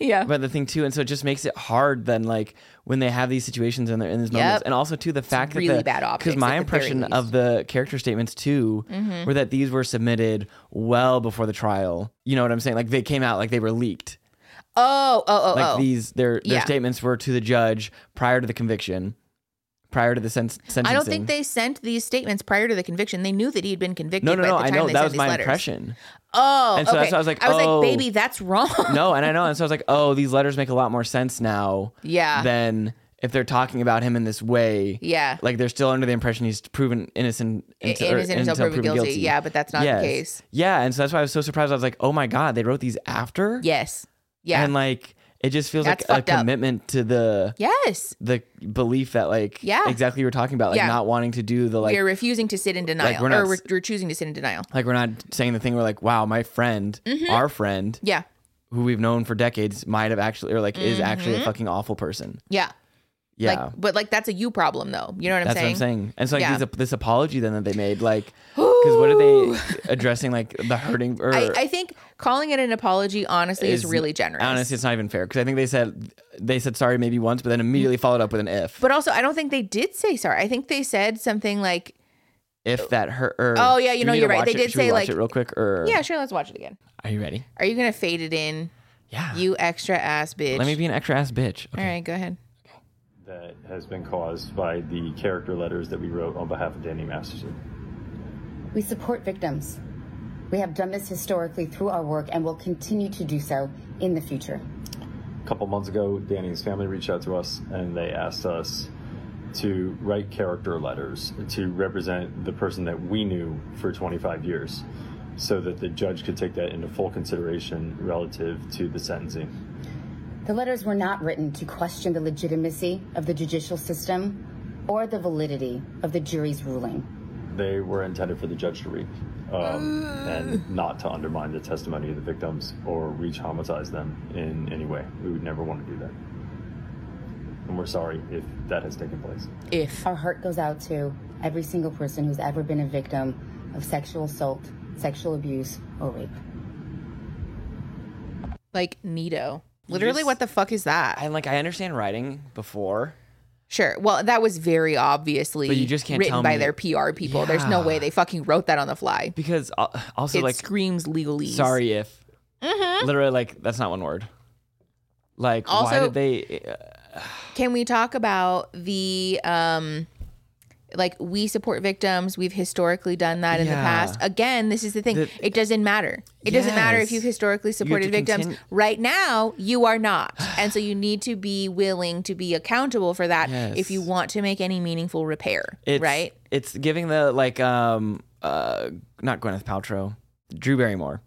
S1: yeah.
S2: But the thing too, and so it just makes it hard then, like when they have these situations and they're in these
S1: Yep.
S2: moments, and also too the fact
S1: really
S2: that
S1: bad optics,
S2: because my
S1: at the very Mm-hmm.
S2: impression of the character statements too were that these were submitted well before the trial. You know what I'm saying? Like they came out, like they were leaked.
S1: oh, oh, oh,
S2: Like
S1: oh.
S2: these, their their
S1: Yeah.
S2: statements were to the judge prior to the conviction, prior to the sen- sentencing.
S1: I don't think they sent these statements prior to the conviction. They knew that he had been convicted
S2: No, no,
S1: by the
S2: no. I
S1: time
S2: know
S1: they
S2: that
S1: sent
S2: was
S1: these
S2: my
S1: letters.
S2: impression.
S1: Oh,
S2: And so
S1: okay.
S2: that's why I was like,
S1: I was
S2: oh.
S1: like, baby, that's wrong.
S2: No, and I know, and so I was like, oh, these letters make a lot more sense now.
S1: Yeah.
S2: Than if they're talking about him in this way.
S1: Yeah.
S2: Like they're still under the impression he's proven innocent
S1: I-
S2: or
S1: innocent until proven guilty. Yeah, but that's not the case.
S2: Yeah, and so that's why I was so surprised. I was like, oh my god, they wrote these after.
S1: Yes. Yeah.
S2: And like, it just feels
S1: That's
S2: like
S1: fucked
S2: a
S1: up.
S2: commitment to the
S1: yes.
S2: the belief that like
S1: Yeah.
S2: exactly you were talking about like
S1: Yeah.
S2: not wanting to do the like
S1: we are refusing to sit in denial.
S2: we're not
S1: or we're,
S2: s-
S1: we're choosing to sit in denial.
S2: like we're not saying the thing we're like wow my friend
S1: Mm-hmm.
S2: our friend
S1: Yeah.
S2: who we've known for decades might have actually or like is actually a fucking awful person
S1: Yeah.
S2: yeah
S1: Mm-hmm. Like, but like, that's a you problem, though. You know what I'm
S2: That's
S1: saying?
S2: what I'm saying. And so like
S1: Yeah.
S2: these, this apology then that they made, like, because what are they addressing? Like the hurting or
S1: I, I think calling it an apology, honestly, is, really generous.
S2: Honestly, it's not even fair because I think they said they said sorry maybe once, but then immediately
S1: Mm-hmm.
S2: followed up with an if.
S1: But also, I don't think they did say sorry. I think they said something like,
S2: if that hurt. Or,
S1: Oh, yeah, you
S2: do we
S1: know,
S2: need to
S1: you're right.
S2: watch
S1: They
S2: it?
S1: did
S2: Should we
S1: say,
S2: watch
S1: like-
S2: it real quick or
S1: yeah, sure, let's watch it again.
S2: Are you ready?
S1: Are you going to fade it in?
S2: Yeah.
S1: You extra ass bitch.
S2: Let me be an extra ass bitch.
S1: All right, go ahead.
S3: that has been caused by the character letters that we wrote on behalf of Danny Masterson.
S4: We support victims. We have done this historically through our work and will continue to do so in the future.
S3: A couple months ago, Danny's family reached out to us and they asked us to write character letters to represent the person that we knew for 25 years so that the judge could take that into full consideration relative to the sentencing.
S4: The letters were not written to question the legitimacy of the judicial system or the validity of the jury's ruling.
S3: They were intended for the judge to read um, and not to undermine the testimony of the victims or re traumatize them in any way. We would never want to do that. And we're sorry if that has taken place.
S1: If.
S4: Our heart goes out to every single person who's ever been a victim of sexual assault, sexual abuse, or rape.
S1: Like, neato. Literally,
S2: just-
S1: what the fuck is that?
S2: And like I understand writing before.
S1: Sure. Well, that was very obviously
S2: But you just can't
S1: written
S2: tell
S1: by
S2: me-
S1: their PR people. There's no
S2: Yeah.
S1: way they fucking wrote that on the fly.
S2: Because al- also
S1: it
S2: like
S1: screams legalese.
S2: sorry if literally like that's not one word. Like why
S1: Mm-hmm. Also-
S2: did they? uh,
S1: Can we talk about the um like we support victims. We've historically done that in the
S2: Yeah.
S1: past. Again, this is the thing.
S2: The-
S1: it doesn't matter. It doesn't matter if
S2: Yes.
S1: you've historically supported victims.
S2: continue-
S1: Right now, you are not. and so you need to be willing to be accountable for that if
S2: Yes.
S1: you want to make any meaningful repair.
S2: It's,
S1: right?
S2: It's giving the like um uh not Gwyneth Paltrow, Drew Barrymore.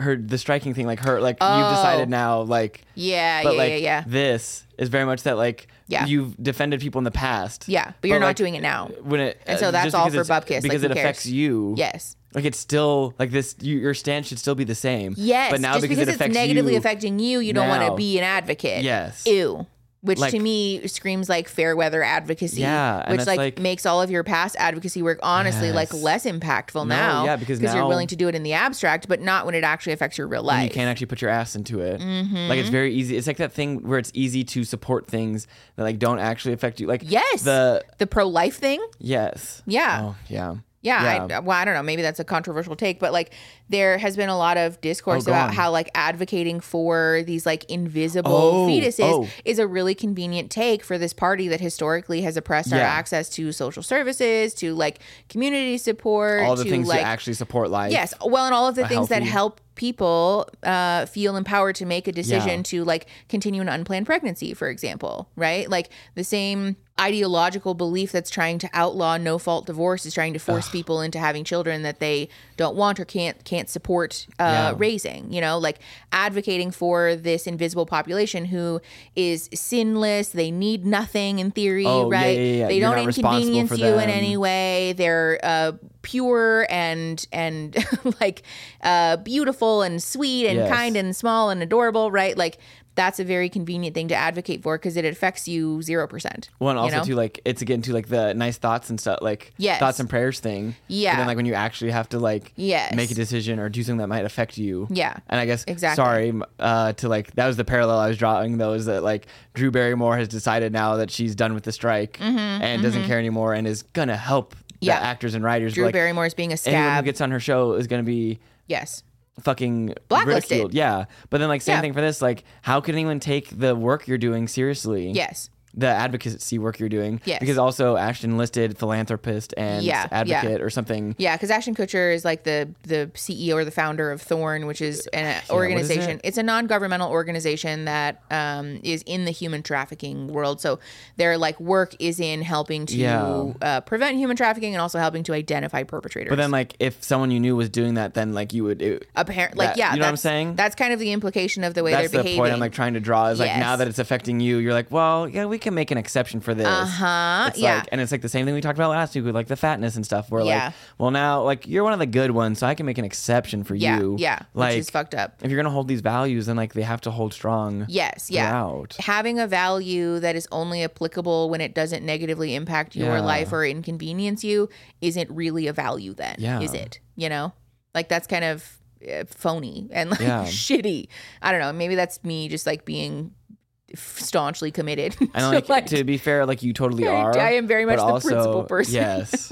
S2: Her the striking thing like her like you've decided now like
S1: Oh. Yeah,
S2: but
S1: yeah,
S2: like
S1: yeah, yeah.
S2: this is very much that like
S1: Yeah.
S2: you've defended people in the past
S1: Yeah, but you're not
S2: like,
S1: doing it now.
S2: when it
S1: And so
S2: uh,
S1: that's
S2: just
S1: all
S2: because
S1: for
S2: it's-
S1: Bubkiss, like,
S2: because
S1: who
S2: it affects
S1: cares?
S2: you
S1: Yes.
S2: like it's still like this you, your stance should still be the same
S1: Yes,
S2: but now
S1: just
S2: because, it
S1: it's
S2: affects
S1: negatively
S2: you,
S1: affecting you, you don't want to
S2: now.
S1: be an advocate.
S2: Yes.
S1: Ew. Which
S2: Like-
S1: to me screams like fair weather advocacy.
S2: Yeah, and
S1: Which
S2: it's
S1: like,
S2: like-
S1: makes all of your past advocacy work honestly like
S2: Yes.
S1: less impactful now.
S2: yeah, because
S1: you're
S2: now-
S1: willing to do it in the abstract, but not when it actually affects your real
S2: and
S1: life. Mm-hmm.
S2: you can't actually put your ass into it. Like it's very easy. It's like that thing where it's easy to support things that like don't actually affect you. Like
S1: yes.
S2: the
S1: the pro life thing.
S2: Yes.
S1: Yeah.
S2: Oh, yeah.
S1: Yeah,
S2: Yeah.
S1: I, well, I don't know. Maybe that's a controversial take, but like there has been a lot of discourse
S2: Oh, go
S1: about
S2: on.
S1: how like advocating for these like invisible
S2: Oh,
S1: fetuses
S2: oh.
S1: is a really convenient take for this party that historically has oppressed our
S2: Yeah.
S1: access to social services, to like community support,
S2: All the
S1: to
S2: things
S1: like
S2: that actually support life.
S1: Yes. Well, and all of the things that
S2: healthy-
S1: help people uh, feel empowered to make a decision to like continue an unplanned pregnancy, for example, right? Like the same ideological belief that's trying to outlaw no fault divorce is trying to force people into having children that they don't want or can't can't support uh,
S2: Yeah.
S1: raising. You know, like advocating for this invisible population who is sinless. They need nothing in theory,
S2: Oh, yeah,
S1: right?
S2: yeah, yeah.
S1: They
S2: You're
S1: don't
S2: not responsible
S1: inconvenience
S2: for
S1: you in
S2: them.
S1: any way. They're uh, pure and and like uh, beautiful and sweet and
S2: Yes.
S1: kind and small and adorable, right? Like that's a very convenient thing to advocate for because it affects you zero percent.
S2: Well, and
S1: you
S2: also
S1: know?
S2: too, like it's again to like the nice thoughts and stuff, like
S1: Yes.
S2: thoughts and prayers thing.
S1: Yeah.
S2: And then like when you actually have to like
S1: Yes.
S2: make a decision or do something that might affect you.
S1: Yeah.
S2: And I guess
S1: Exactly.
S2: Sorry, m- uh, to like that was the parallel I was drawing though is that like Drew Barrymore has decided now that she's done with the strike and doesn't care anymore and is gonna help
S1: Mm-hmm. Yeah.
S2: the actors and writers.
S1: Drew
S2: like,
S1: Barrymore is being a
S2: Anyone who
S1: scab.
S2: gets on her show is gonna be
S1: yes.
S2: fucking
S1: Blacklisted.
S2: ridiculed. Yeah. But then like same
S1: Yeah.
S2: thing for this. Like, how can anyone take the work you're doing seriously?
S1: Yes.
S2: The advocacy work you're doing.
S1: Yes.
S2: Because also Ashton listed philanthropist and
S1: Yeah,
S2: advocate
S1: yeah.
S2: or something.
S1: Yeah, because Ashton Kutcher is like the the CEO or the founder of Thorn, which is an
S2: what is
S1: organization.
S2: it?
S1: It's a non governmental organization that um, is in the human trafficking world. So their like work is in helping to
S2: Yeah.
S1: uh, prevent human trafficking and also helping to identify perpetrators.
S2: But then like if someone you knew was doing that, then like you would it,
S1: apparently, like
S2: that-
S1: yeah,
S2: you know what I'm
S1: that's-
S2: saying?
S1: That's kind of the implication of the way
S2: that's the
S1: they're behaving.
S2: point I'm like trying to draw is like now
S1: Yes.
S2: that it's affecting you, you're like, well, yeah, we can make an exception for this.
S1: Uh-huh,
S2: It's
S1: yeah.
S2: Like, and it's like the same thing we talked about last week with like the fatness and stuff. Where
S1: Yeah.
S2: like, well, now like you're one of the good ones, so I can make an exception for
S1: yeah,
S2: you.
S1: yeah,
S2: Like
S1: which is fucked up.
S2: if you're gonna hold these values, then like they have to hold strong.
S1: Yes, yeah.
S2: throughout.
S1: Having a value that is only applicable when it doesn't negatively impact your
S2: Yeah.
S1: life or inconvenience you isn't really a value then,
S2: Yeah.
S1: is it? You know? Like that's kind of uh, phony and like
S2: Yeah.
S1: shitty. I don't know, maybe that's me just like being staunchly committed.
S2: And
S1: to,
S2: like, to be fair, like you totally
S1: I-
S2: are.
S1: I am very
S2: but
S1: much the principal person.
S2: Yes.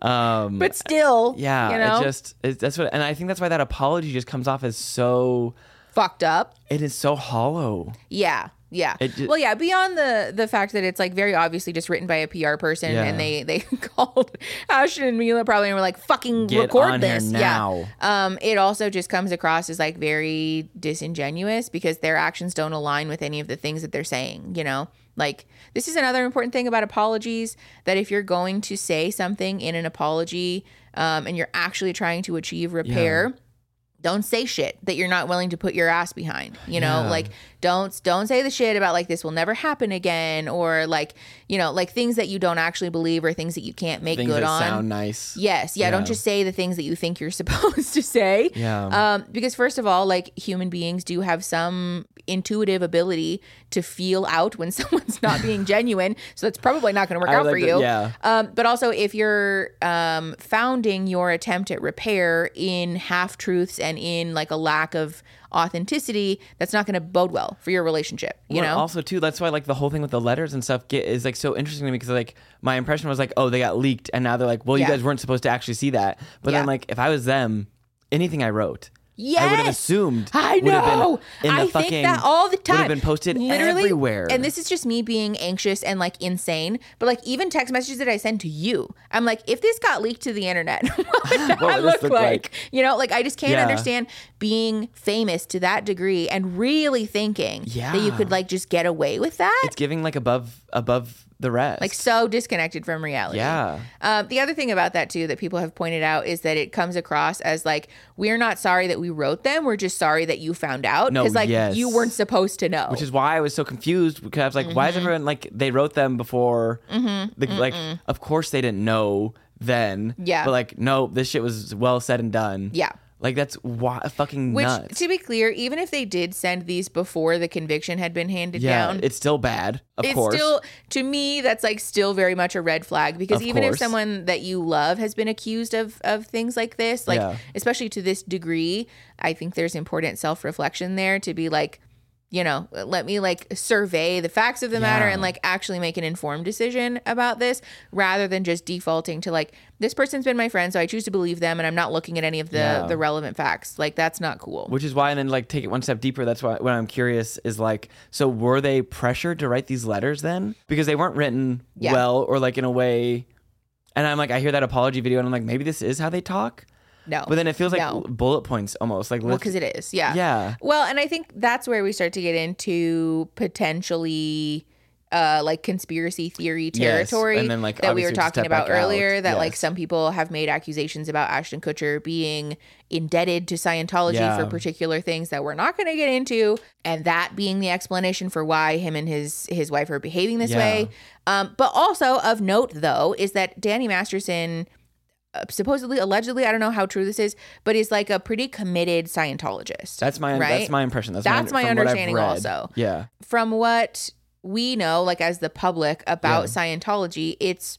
S2: Um,
S1: but still,
S2: yeah,
S1: you know,
S2: it just it, that's what, and I think that's why that apology just comes off as so.
S1: fucked up.
S2: It is so hollow.
S1: Yeah. Yeah.
S2: It ju-
S1: well, yeah. Beyond the the fact that it's like very obviously just written by a PR person,
S2: Yeah.
S1: and they they called Ashton and Mila probably and were like, "Fucking
S2: Get
S1: record
S2: on here
S1: this."
S2: now.
S1: Yeah. Um. It also just comes across as like very disingenuous because their actions don't align with any of the things that they're saying. You know. Like this is another important thing about apologies that if you're going to say something in an apology, um, and you're actually trying to achieve repair, don't say shit that you're not willing to put your ass behind you know
S2: Yeah.
S1: like don't don't say the shit about like this will never happen again or like you know like things that you don't actually believe or things that you can't make
S2: Things
S1: good
S2: that
S1: on
S2: sound nice.
S1: yes yeah, don't
S2: Yeah.
S1: just say the things that you think you're supposed to say
S2: Yeah.
S1: um because first of all like human beings do have some intuitive ability to feel out when someone's not being genuine so that's probably not going to work
S2: I
S1: out
S2: like
S1: for
S2: that-
S1: you
S2: yeah.
S1: um, but also, if you're um, founding your attempt at repair in half truths and in like a lack of authenticity, that's not going to bode well for your relationship. You
S2: Well,
S1: know?
S2: also too that's why like the whole thing with the letters and stuff get is like so interesting to me because like my impression was like oh they got leaked and now they're like well
S1: Yeah.
S2: you guys weren't supposed to actually see that but
S1: Yeah.
S2: then like if i was them anything i wrote i would have
S1: Yes!
S2: assumed
S1: I
S2: would have been
S1: know.
S2: in the
S1: I
S2: fucking,
S1: think that all the time.
S2: would have been posted everywhere
S1: And this is just me being anxious and like insane. But like even text messages that I send to you, I'm like, if this got leaked to the internet, what would that
S2: What would this
S1: look,
S2: look
S1: like?
S2: like?
S1: You know, like I just can't
S2: Yeah.
S1: understand being famous to that degree and really thinking that you
S2: Yeah.
S1: could like just get away with that.
S2: it's giving like above above the rest
S1: like so disconnected from reality.
S2: yeah
S1: Um, the other thing about that too that people have pointed out is that it comes across as like we're not sorry that we wrote them. We're just sorry that you found out
S2: No,
S1: because like
S2: yes.
S1: you weren't supposed to know.
S2: which is why I was so confused because I was like, why is
S1: Mm-hmm.
S2: everyone like they wrote them before? The, like, of course they didn't know then.
S1: Yeah.
S2: but like, no, this shit was well said and done.
S1: Yeah.
S2: like that's why fucking
S1: which
S2: nuts.
S1: to be clear, even if they did send these before the conviction had been handed
S2: yeah,
S1: down,
S2: it's still bad. Of
S1: it's
S2: course,
S1: still to me that's like still very much a red flag because
S2: Of
S1: even if
S2: course.
S1: someone that you love has been accused of of things like this like
S2: Yeah.
S1: especially to this degree i think there's important self-reflection there to be like you know, let me like survey the facts of the matter
S2: Yeah.
S1: and like actually make an informed decision about this rather than just defaulting to like this person's been my friend so I choose to believe them and I'm not looking at any of the
S2: Yeah.
S1: the relevant facts. Like that's not cool.
S2: Which is why, and then like take it one step deeper. That's why when I'm curious is like, so were they pressured to write these letters then because they weren't written
S1: Yeah.
S2: well or like in a way? And I'm like, I hear that apology video, and I'm like, maybe this is how they talk.
S1: no.
S2: But then it feels like
S1: No.
S2: bullet points almost. Like,
S1: Well,
S2: let's-
S1: because it is, yeah,
S2: Yeah.
S1: Well, and I think that's where we start to get into potentially, uh, like conspiracy theory
S2: Yes,
S1: territory
S2: and then, like,
S1: that we
S2: obviously
S1: were
S2: to
S1: talking
S2: step
S1: about
S2: back out,
S1: earlier. That like
S2: yes.
S1: some people have made accusations about Ashton Kutcher being indebted to Scientology
S2: Yeah.
S1: for particular things that we're not going to get into, and that being the explanation for why him and his his wife are behaving this
S2: Yeah.
S1: way. Um, but also of note though is that Danny Masterson supposedly allegedly i don't know how true this is but he's like a pretty committed scientologist
S2: that's my
S1: right?
S2: that's my impression. That's,
S1: That's my
S2: from what I've
S1: understanding
S2: read.
S1: also.
S2: Yeah,
S1: from what we know like as the public about scientology it's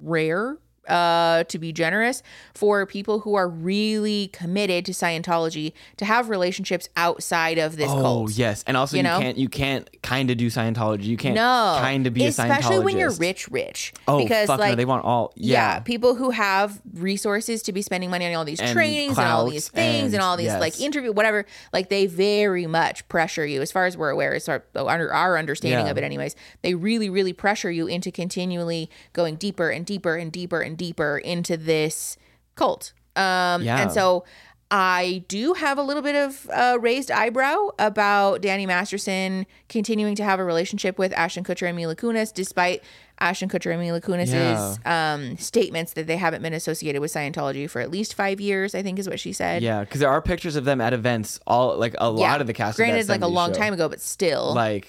S1: rare uh to be generous for people who are really committed to scientology to have relationships outside of this
S2: oh
S1: cult
S2: yes, and also
S1: You
S2: you,
S1: know?
S2: can't you can't kind of do Scientology. You can't
S1: no
S2: kind of be
S1: especially
S2: a Scientologist.
S1: when you're rich rich
S2: Oh fuck no, they want all
S1: yeah.
S2: yeah.
S1: people who have resources to be spending money on all these
S2: And
S1: trainings and all
S2: clout
S1: these things and,
S2: and-
S1: all these
S2: yes.
S1: like interview whatever like they very much pressure you as far as we're aware as our, under our understanding
S2: Yeah.
S1: of it anyways they really really pressure you into continually going deeper and deeper and deeper and deeper into this cult um
S2: Yeah.
S1: and so I do have a little bit of uh, raised eyebrow about Danny Masterson continuing to have a relationship with Ashton Kutcher and Mila Kunis, despite Ashton Kutcher and Mila Kunis's um, statements that they haven't been associated with Scientology for at least five years. I think is what she said.
S2: Yeah, because there are pictures of them at events. All like a lot
S1: Yeah.
S2: of the cast. of that
S1: Granted, like a
S2: 70s
S1: long
S2: show.
S1: time ago, but still,
S2: Like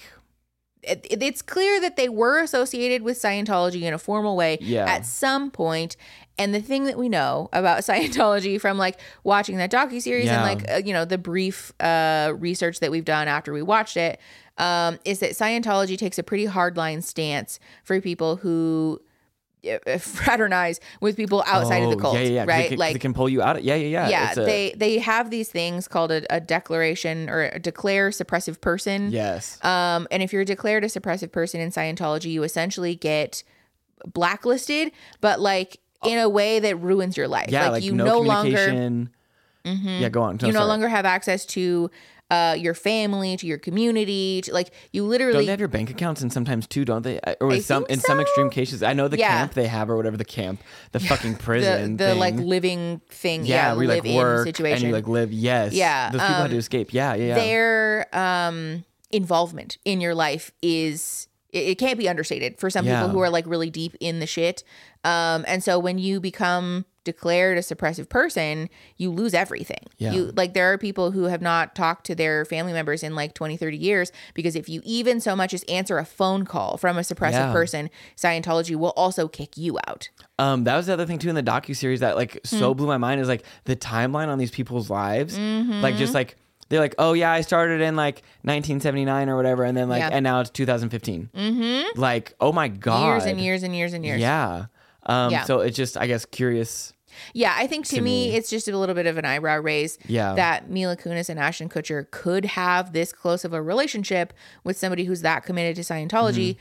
S1: it, it- it's clear that they were associated with Scientology in a formal way
S2: Yeah.
S1: at some point. And the thing that we know about Scientology from like watching that docu series
S2: Yeah.
S1: and like uh, you know the brief uh, research that we've done after we watched it um, is that Scientology takes a pretty hardline stance for people who uh, fraternize with people outside of
S2: oh,
S1: the cult,
S2: Yeah, yeah, yeah. 'cause
S1: right?
S2: it can, 'cause
S1: like
S2: it can pull you out. of- Yeah, yeah, yeah.
S1: yeah
S2: It's a-
S1: they they have these things called a, a declaration or a declare suppressive person
S2: Yes.
S1: um, and if you're declared a suppressive person in Scientology, you essentially get blacklisted, but like in a way that ruins your life.
S2: yeah, like,
S1: you
S2: no,
S1: no longer Mm-hmm.
S2: communication. Yeah, go on. No,
S1: you no
S2: sorry.
S1: longer have access to uh, your family, to your community, to like you
S2: Don't
S1: literally
S2: they have your bank accounts and sometimes too, don't they? I- Or with some
S1: think
S2: in some
S1: so.
S2: extreme cases, I know the
S1: Yeah.
S2: camp they have or whatever the camp, the fucking
S1: the,
S2: prison,
S1: the
S2: thing.
S1: like living thing,
S2: yeah,
S1: yeah,
S2: where you
S1: live
S2: like
S1: in
S2: work
S1: situation.
S2: and you like live. Yes,
S1: Yeah,
S2: Those people
S1: um,
S2: had to escape. Yeah, yeah, yeah.
S1: their um involvement in your life is it, it can't be understated for some
S2: Yeah.
S1: people who are like really deep in the shit um and so when you become declared a suppressive person you lose everything
S2: Yeah.
S1: you like there are people who have not talked to their family members in like 20 30 years because if you even so much as answer a phone call from a suppressive
S2: Yeah.
S1: person scientology will also kick you out
S2: Um, that was the other thing too in the docu series that like
S1: Mm.
S2: so blew my mind is like the timeline on these people's lives.
S1: Mm-hmm.
S2: Like just like they're like, oh yeah, I started in like 1979 or whatever, and then like
S1: Yeah.
S2: and now it's 2015. Mm-hmm. Like oh my god,
S1: years and years and years and years
S2: Yeah. Um,
S1: Yeah.
S2: So it's just I guess curious.
S1: Yeah, I think to, me, it's just a little bit of an eyebrow raise.
S2: Yeah.
S1: that Mila Kunis and Ashton Kutcher could have this close of a relationship with somebody who's that committed to
S2: Mm-hmm.
S1: Scientology,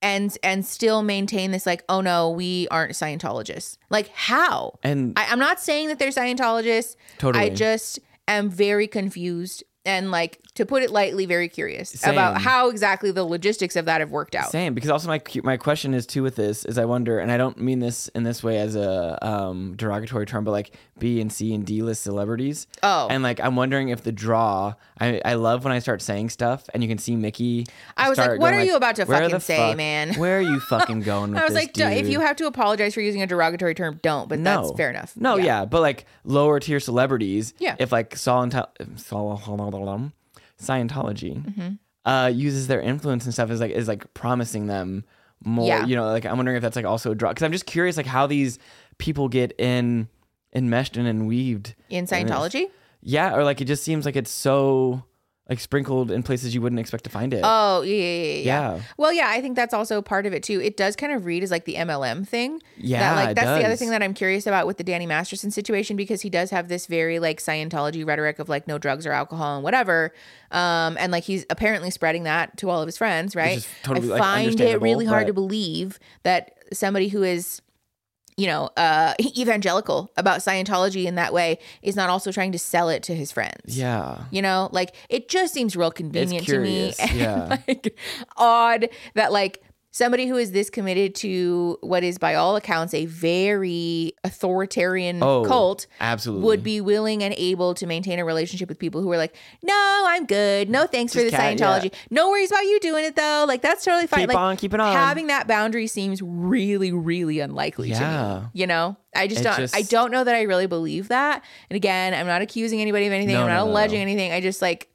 S1: and and still maintain this like, oh no, we aren't Scientologists. Like how?
S2: And
S1: I, I'm not saying that they're Scientologists.
S2: Totally.
S1: I just am very confused and like to put it lightly, very curious about
S2: Same.
S1: how exactly the logistics of that have worked out.
S2: Same, because also my cu- my question is too with this is I wonder, and I don't mean this in this way as a um, derogatory term, but like B and C and D list celebrities.
S1: Oh.
S2: and like I'm wondering if the draw. I I love when I start saying stuff, and you can see Mickey.
S1: I was like,
S2: start
S1: "What
S2: going
S1: are you about to
S2: "Where
S1: fucking
S2: the
S1: say,
S2: fuck-
S1: man?"
S2: Where are you fucking going with
S1: I was
S2: this,
S1: like, "Duh, if
S2: dude?"
S1: you have to apologize for using a derogatory term, don't. But
S2: no,
S1: that's fair enough.
S2: No, yeah. but like lower tier celebrities.
S1: Yeah.
S2: If like Solenta- Sol- Scientology
S1: Mm-hmm.
S2: uh, uses their influence and stuff is like is like promising them more.
S1: Yeah.
S2: You know, like I'm wondering if that's like also a draw because I'm just curious like how these people get in enmeshed and enweaved
S1: in
S2: this.
S1: Scientology.
S2: Yeah, or like it just seems like it's so like sprinkled in places you wouldn't expect to find it.
S1: Oh, yeah, yeah, yeah, yeah.
S2: Yeah.
S1: Well, yeah, I think that's also part of it too. It does kind of read as like the MLM thing.
S2: Yeah,
S1: That, like
S2: it
S1: that's the other
S2: does.
S1: thing that I'm curious about with the Danny Masterson situation because he does have this very like Scientology rhetoric of like no drugs or alcohol and whatever. Um and like he's apparently spreading that to all of his friends, right?
S2: is totally,
S1: I
S2: like,
S1: find it
S2: understandable,
S1: really hard
S2: but-
S1: to believe that somebody who is you know, uh evangelical about Scientology in that way is not also trying to sell it to his friends.
S2: yeah.
S1: You know, like it just seems real convenient to me
S2: curious,
S1: and
S2: yeah.
S1: like odd that like somebody who is this committed to what is by all accounts a very authoritarian
S2: Oh,
S1: cult
S2: absolutely.
S1: would be willing and able to maintain a relationship with people who are like, "No, I'm good. No, thanks for the
S2: Just cat- yeah.
S1: Scientology. No worries about you doing it though. Like that's totally fine.
S2: Keep
S1: like
S2: on keeping on.
S1: Having that boundary seems really really unlikely to
S2: Yeah.
S1: me. You know? I just
S2: It
S1: don't
S2: just-
S1: I don't know that I really believe that. And again, I'm not accusing anybody of anything.
S2: No,
S1: I'm
S2: no,
S1: not
S2: no,
S1: alleging
S2: no.
S1: anything. I just like,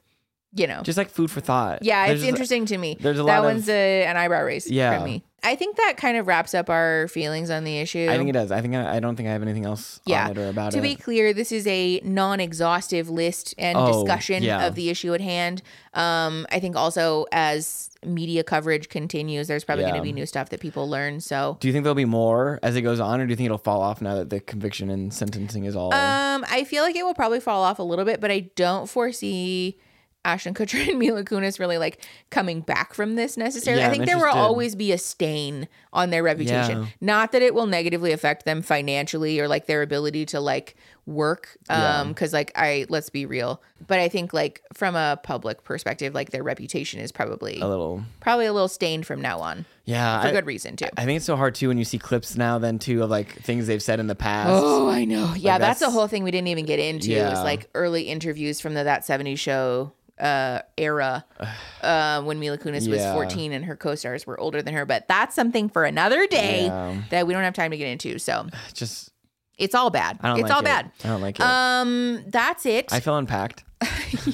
S1: you know,
S2: Just like food for thought.
S1: yeah,
S2: There's
S1: it's
S2: just-
S1: interesting to me.
S2: there's a
S1: that
S2: lot of-
S1: one's a, an eyebrow raise
S2: Yeah.
S1: from me. I think that kind of wraps up our feelings on the issue.
S2: I think it does. I think I, I don't think I have anything else
S1: yeah.
S2: on it or about
S1: to
S2: it.
S1: be clear, this is a non-exhaustive list and
S2: Oh,
S1: discussion
S2: yeah.
S1: of the issue at hand. Um, I think also as media coverage continues, there's probably
S2: Yeah.
S1: going to be new stuff that people learn. So,
S2: do you think there'll be more as it goes on, or do you think it'll fall off now that the conviction and sentencing is all?
S1: um, I feel like it will probably fall off a little bit, but I don't foresee. Ashton Kutcher and Mila Kunis really like coming back from this necessarily.
S2: Yeah,
S1: I
S2: I'm
S1: think there will
S2: interested.
S1: always be a stain on their reputation.
S2: Yeah.
S1: Not that it will negatively affect them financially or like their ability to like work.
S2: Yeah.
S1: Um, cause like I, let's be real, but I think like from a public perspective, like their reputation is probably,
S2: a little.
S1: probably a little stained from now on
S2: Yeah.
S1: for
S2: Oh. I,
S1: good reason too.
S2: I think it's so hard too when you see clips now then too of like things they've said in the past.
S1: Oh, I know. Yeah, that's, the
S2: that's-
S1: whole thing we didn't even get into. It was
S2: Yeah.
S1: like early interviews from the That 70s Show uh, era uh, when Mila Kunis was
S2: Yeah.
S1: 14 and her co stars were older than her. But that's something for another day
S2: Yeah.
S1: that we don't have time to get into. So
S2: Just
S1: it's all bad.
S2: I don't
S1: It's
S2: like
S1: all
S2: it.
S1: bad.
S2: I don't like it.
S1: Um, that's it.
S2: I feel unpacked.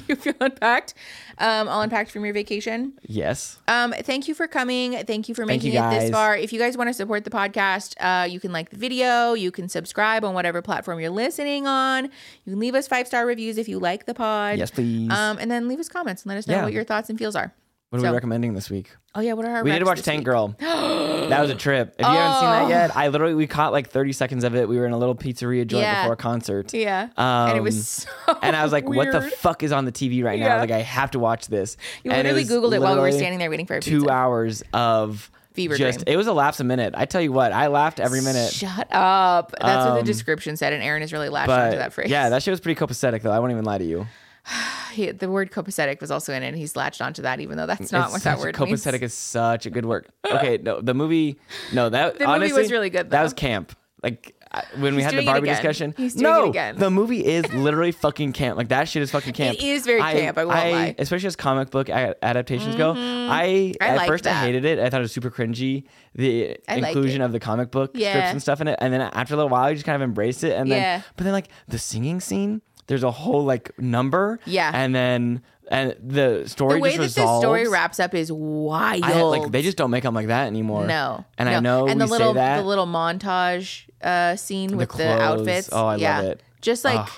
S1: you feel unpacked. Um, all unpacked from your vacation.
S2: Yes.
S1: Um, thank you for coming. Thank you for
S2: Thank
S1: making
S2: you,
S1: it this
S2: guys.
S1: far. If you guys want to support the podcast, uh, you can like the video, you can subscribe on whatever platform you're listening on. You can leave us five star reviews if you like the pod.
S2: Yes, please.
S1: Um, and then leave us comments and let us know
S2: Yeah.
S1: what your thoughts and feels are.
S2: what are
S1: so-
S2: we recommending this week?
S1: Oh yeah, what are our
S2: We need to
S1: recs
S2: watch
S1: this
S2: Tank
S1: week?
S2: Girl. that was a trip. If you haven't seen
S1: Oh.
S2: that yet, I literally we caught like 30 seconds of it. We were in a little pizzeria joint
S1: Yeah.
S2: before a concert.
S1: Yeah,
S2: Um,
S1: and it was so
S2: and I was like, "What the
S1: weird.
S2: fuck is on the TV right now?" I
S1: Yeah.
S2: was like, "I have to watch this."
S1: You
S2: And
S1: literally
S2: was
S1: Googled it while we were
S2: literally
S1: standing there waiting for our
S2: Two
S1: pizza.
S2: hours of
S1: Fever
S2: Just
S1: dream.
S2: it was a lapse a minute. I tell you what, I laughed every minute.
S1: Shut up. That's what the description said, and Aaron is really latched
S2: Um, but
S1: onto that phrase.
S2: yeah, that shit was pretty copacetic though. I won't even lie to you.
S1: He- the word copacetic was also in it. and He's latched onto that, even though that's not
S2: It's
S1: what that
S2: such-
S1: word means.
S2: copacetic is such a good word. Okay, no, the movie, no, that
S1: The movie
S2: honestly
S1: was really good,
S2: That
S1: though.
S2: was camp. Like I- when we had the
S1: doing it
S2: Barbie
S1: again.
S2: discussion.
S1: He's doing
S2: no,
S1: it again.
S2: the movie is literally fucking camp. Like that shit is fucking camp.
S1: It is very camp, I won't lie. Mm-hmm.
S2: Especially as comic book a- adaptations go, I,
S1: I
S2: at
S1: liked
S2: first
S1: that.
S2: I hated it. I thought it was super cringy. The
S1: I liked
S2: inclusion
S1: it.
S2: of the comic book
S1: Yeah.
S2: strips and stuff in it, and then after a little while, you just kind of embraced it. And then,
S1: Yeah.
S2: but then like the singing scene. There's a whole like number,
S1: Yeah.
S2: and then and the story
S1: the way
S2: just
S1: that
S2: resolves.
S1: this story wraps up is wild.
S2: I like they just don't make them like that anymore.
S1: no,
S2: and
S1: no.
S2: I know
S1: and
S2: we
S1: the little
S2: say that.
S1: the little montage uh, scene with the
S2: clothes.
S1: outfits.
S2: Oh, I love
S1: yeah.
S2: it.
S1: Just like
S2: Ugh.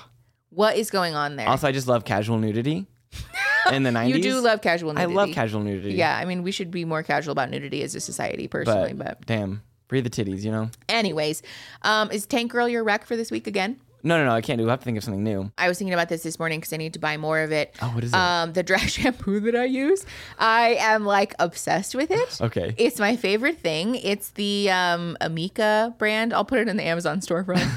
S1: what is going on there?
S2: also, I just love casual nudity in the nineties.
S1: you do love casual.
S2: I
S1: nudity.
S2: love casual nudity.
S1: Yeah, I mean, we should be more casual about nudity as a society, personally.
S2: but,
S1: But,
S2: damn, breathe the titties. You know?
S1: anyways, um, is Tank Girl your rec for this week again?
S2: No, no, no. I can't do. it. I have to think of something new.
S1: I was thinking about this this morning because I need to buy more of it.
S2: Oh, what is it?
S1: Um, the dry shampoo that I use, I am like obsessed with it.
S2: Okay.
S1: it's my favorite thing. It's the um, Amika brand. I'll put it in the Amazon storefront.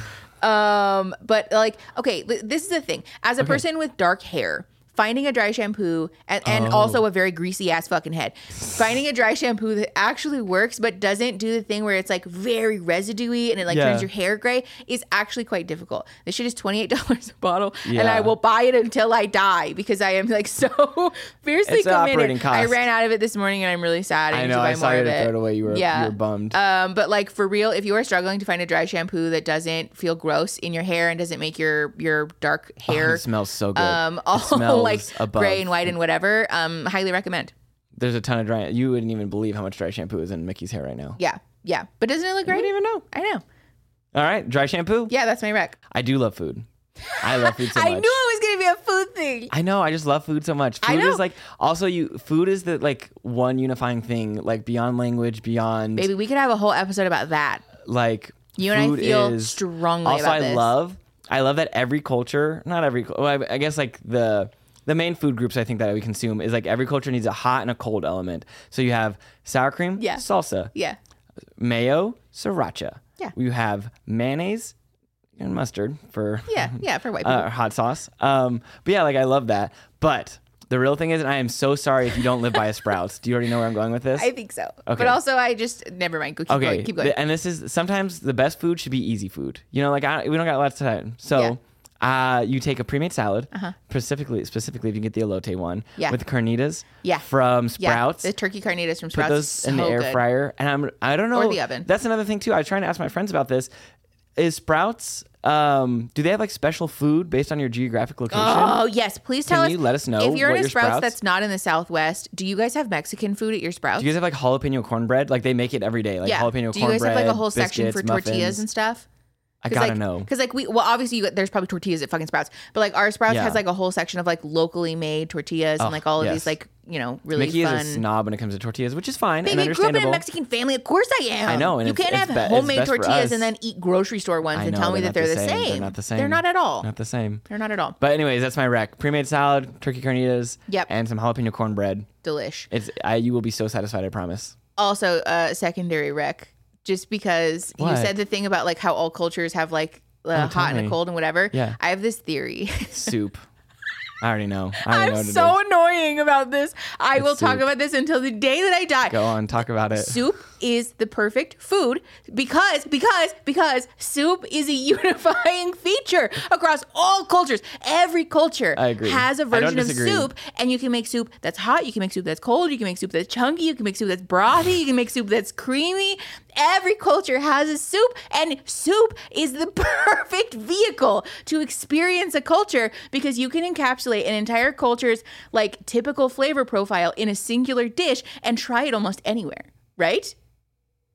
S1: um, but like, okay, li- this is the thing. As a person with dark hair. Finding a dry shampoo and, and
S2: Oh.
S1: also a very greasy ass fucking head. Finding a dry shampoo that actually works but doesn't do the thing where it's like very residuey and it like
S2: Yeah.
S1: turns your hair gray is actually quite difficult. This shit is twenty eight dollars a bottle, and
S2: Yeah.
S1: I will buy it until I die because I am like so fiercely
S2: It's an
S1: committed.
S2: operating
S1: I
S2: cost.
S1: ran out of it this morning, and I'm really sad. I,
S2: I
S1: need
S2: know.
S1: To buy
S2: I saw
S1: more
S2: you
S1: of
S2: throw
S1: it.
S2: it away. You were
S1: Yeah.
S2: you were bummed.
S1: Um, but like for real, if you are struggling to find a dry shampoo that doesn't feel gross in your hair and doesn't make your your dark hair
S2: Oh, it smells so good.
S1: um
S2: It
S1: all
S2: smells
S1: like
S2: above.
S1: gray and white and whatever, um, highly recommend.
S2: There's a ton of dry. You wouldn't even believe how much dry shampoo is in Mickey's hair right now.
S1: Yeah,
S2: Mm-hmm.
S1: yeah. But doesn't it look great?
S2: I didn't even know.
S1: I know.
S2: All right, dry shampoo.
S1: Yeah, that's my rec.
S2: I do love food. I love food so much.
S1: I knew it was gonna be a food thing.
S2: I know. I just love food so much.
S1: I
S2: Food
S1: know.
S2: is like also you. Food is the like one unifying thing. Like beyond language, beyond
S1: Maybe we could have a whole episode about that.
S2: like
S1: You and I
S2: food
S1: feel
S2: is-
S1: strongly
S2: also
S1: about
S2: I
S1: this.
S2: love I love that every culture not every well, I, I guess like the the main food groups I think that we consume is like every culture needs a hot and a cold element so you have sour cream
S1: Yeah.
S2: salsa
S1: Yeah.
S2: mayo sriracha
S1: Yeah.
S2: you have mayonnaise and mustard for
S1: Yeah. Yeah. For white people.
S2: uh, hot sauce um but yeah like I love that but the real thing is and I am so sorry if you don't live by a Sprouts do you already know where I'm going with this
S1: I think so. But
S2: okay.
S1: also, I just never mind. Go keep
S2: Okay,
S1: going. Keep going.
S2: th- and this is sometimes the best food should be easy food. You know, like I, we don't got lots of time, so uh, you take a pre-made salad, specifically specifically if you get the elote one,
S1: Uh-huh. Yeah.
S2: with carnitas,
S1: Yeah.
S2: from
S1: yeah.
S2: Sprouts.
S1: The turkey carnitas from
S2: Put
S1: Sprouts.
S2: those
S1: is
S2: in the
S1: so
S2: air
S1: good.
S2: fryer, and I'm I don't know
S1: the oven.
S2: That's another thing too. I was trying to ask my friends about this. Is Sprouts? Um, do they have like special food based on your geographic location?
S1: Oh yes, please tell
S2: Can
S1: us.
S2: you let us know
S1: if you're
S2: what
S1: in a
S2: your
S1: Sprouts,
S2: Sprouts-
S1: that's not in the Southwest. Do you guys have Mexican food at your Sprouts?
S2: do you guys have like jalapeno cornbread? Like they make it every day, like
S1: yeah.
S2: jalapeno cornbread.
S1: Do you guys have like a whole section for
S2: biscuits,
S1: tortillas
S2: muffins.
S1: and stuff?
S2: I gotta
S1: like,
S2: know.
S1: Because like we, well, obviously you, there's probably tortillas at fucking Sprouts, but like our Sprouts
S2: Yeah.
S1: has like a whole section of like locally made tortillas and like all of
S2: yes.
S1: these like you know really
S2: Mickey
S1: fun.
S2: is a snob when it comes to tortillas, which is fine and
S1: Baby, I grew up in
S2: understandable.
S1: a Mexican family. Of course I am.
S2: I know, and
S1: you
S2: it's-
S1: can't
S2: it's
S1: have
S2: be- it's
S1: homemade
S2: best for
S1: tortillas
S2: us.
S1: and then eat grocery store ones
S2: I
S1: and
S2: know,
S1: tell me that
S2: not
S1: they're the same.
S2: They're not the same.
S1: They're not at all.
S2: Not the same.
S1: They're not at all.
S2: But anyways, that's my rec. Pre-made salad, turkey carnitas,
S1: Yep.
S2: and some jalapeno cornbread.
S1: Delish.
S2: It's I, you will be so satisfied, I promise.
S1: also uh, secondary rec just because you
S2: What?
S1: said the thing about like how all cultures have like uh,
S2: tell
S1: hot and a
S2: me.
S1: cold and whatever
S2: Yeah.
S1: i have this theory
S2: Soup. I already know. I
S1: i'm
S2: already know what it
S1: so
S2: is.
S1: annoying about this i will talk
S2: soup.
S1: about this until the day that i die
S2: Go on, talk about it.
S1: soup is the perfect food because because because soup is a unifying feature across all cultures every culture
S2: I agree.
S1: has a
S2: I don't
S1: version of
S2: disagree.
S1: soup and you can make soup that's hot you can make soup that's cold you can make soup that's chunky you can make soup that's brothy you can make soup that's creamy every culture has a soup and soup is the perfect vehicle to experience a culture because you can encapsulate an entire culture's like typical flavor profile in a singular dish and try it almost anywhere right?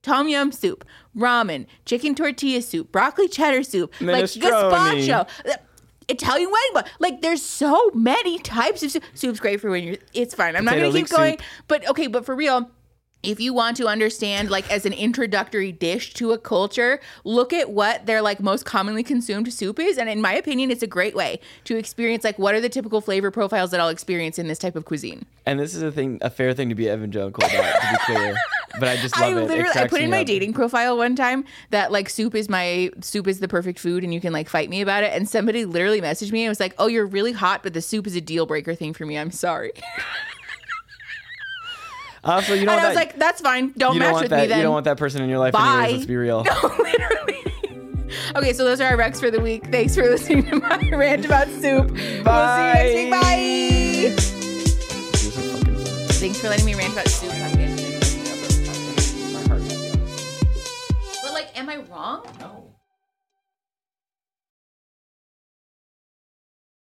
S1: Tom yum soup, ramen, chicken tortilla soup, broccoli cheddar soup,
S2: Minestrone.
S1: like gazpacho. Italian wedding bun. Like, there's so many types of soup. Soup's great for when you're. It's fine. I'm not
S2: Potato
S1: gonna keep
S2: leek soup.
S1: going. But okay, but for real, if you want to understand, like, as an introductory dish to a culture, look at what their like most commonly consumed soup is, and in my opinion, it's a great way to experience like what are the typical flavor profiles that I'll experience in this type of cuisine.
S2: And this is a thing, a fair thing to be evangelical about, to be clear. But I just love
S1: I
S2: it. It
S1: literally I
S2: cracks
S1: put in
S2: me
S1: my
S2: up.
S1: dating profile one time that like soup is my soup is the perfect food and you can like fight me about it. And somebody literally messaged me and was like, "Oh, you're really hot, but the soup is a deal breaker thing for me. I'm sorry."
S2: Also, you know
S1: and
S2: what
S1: I was
S2: Oh, that-
S1: like, "That's fine. Don't
S2: you don't
S1: match
S2: want
S1: with
S2: that.
S1: me then."
S2: You don't want that person in your life.
S1: Bye.
S2: Anyways, let's be real.
S1: No, literally. okay, so those are our recs for the week. Thanks for listening to my rant about soup. We'll see you next week. Bye.
S2: You're so fucking funny.
S1: Thanks for letting me rant about soup.
S2: My heart.
S1: But like, am I wrong?
S2: No.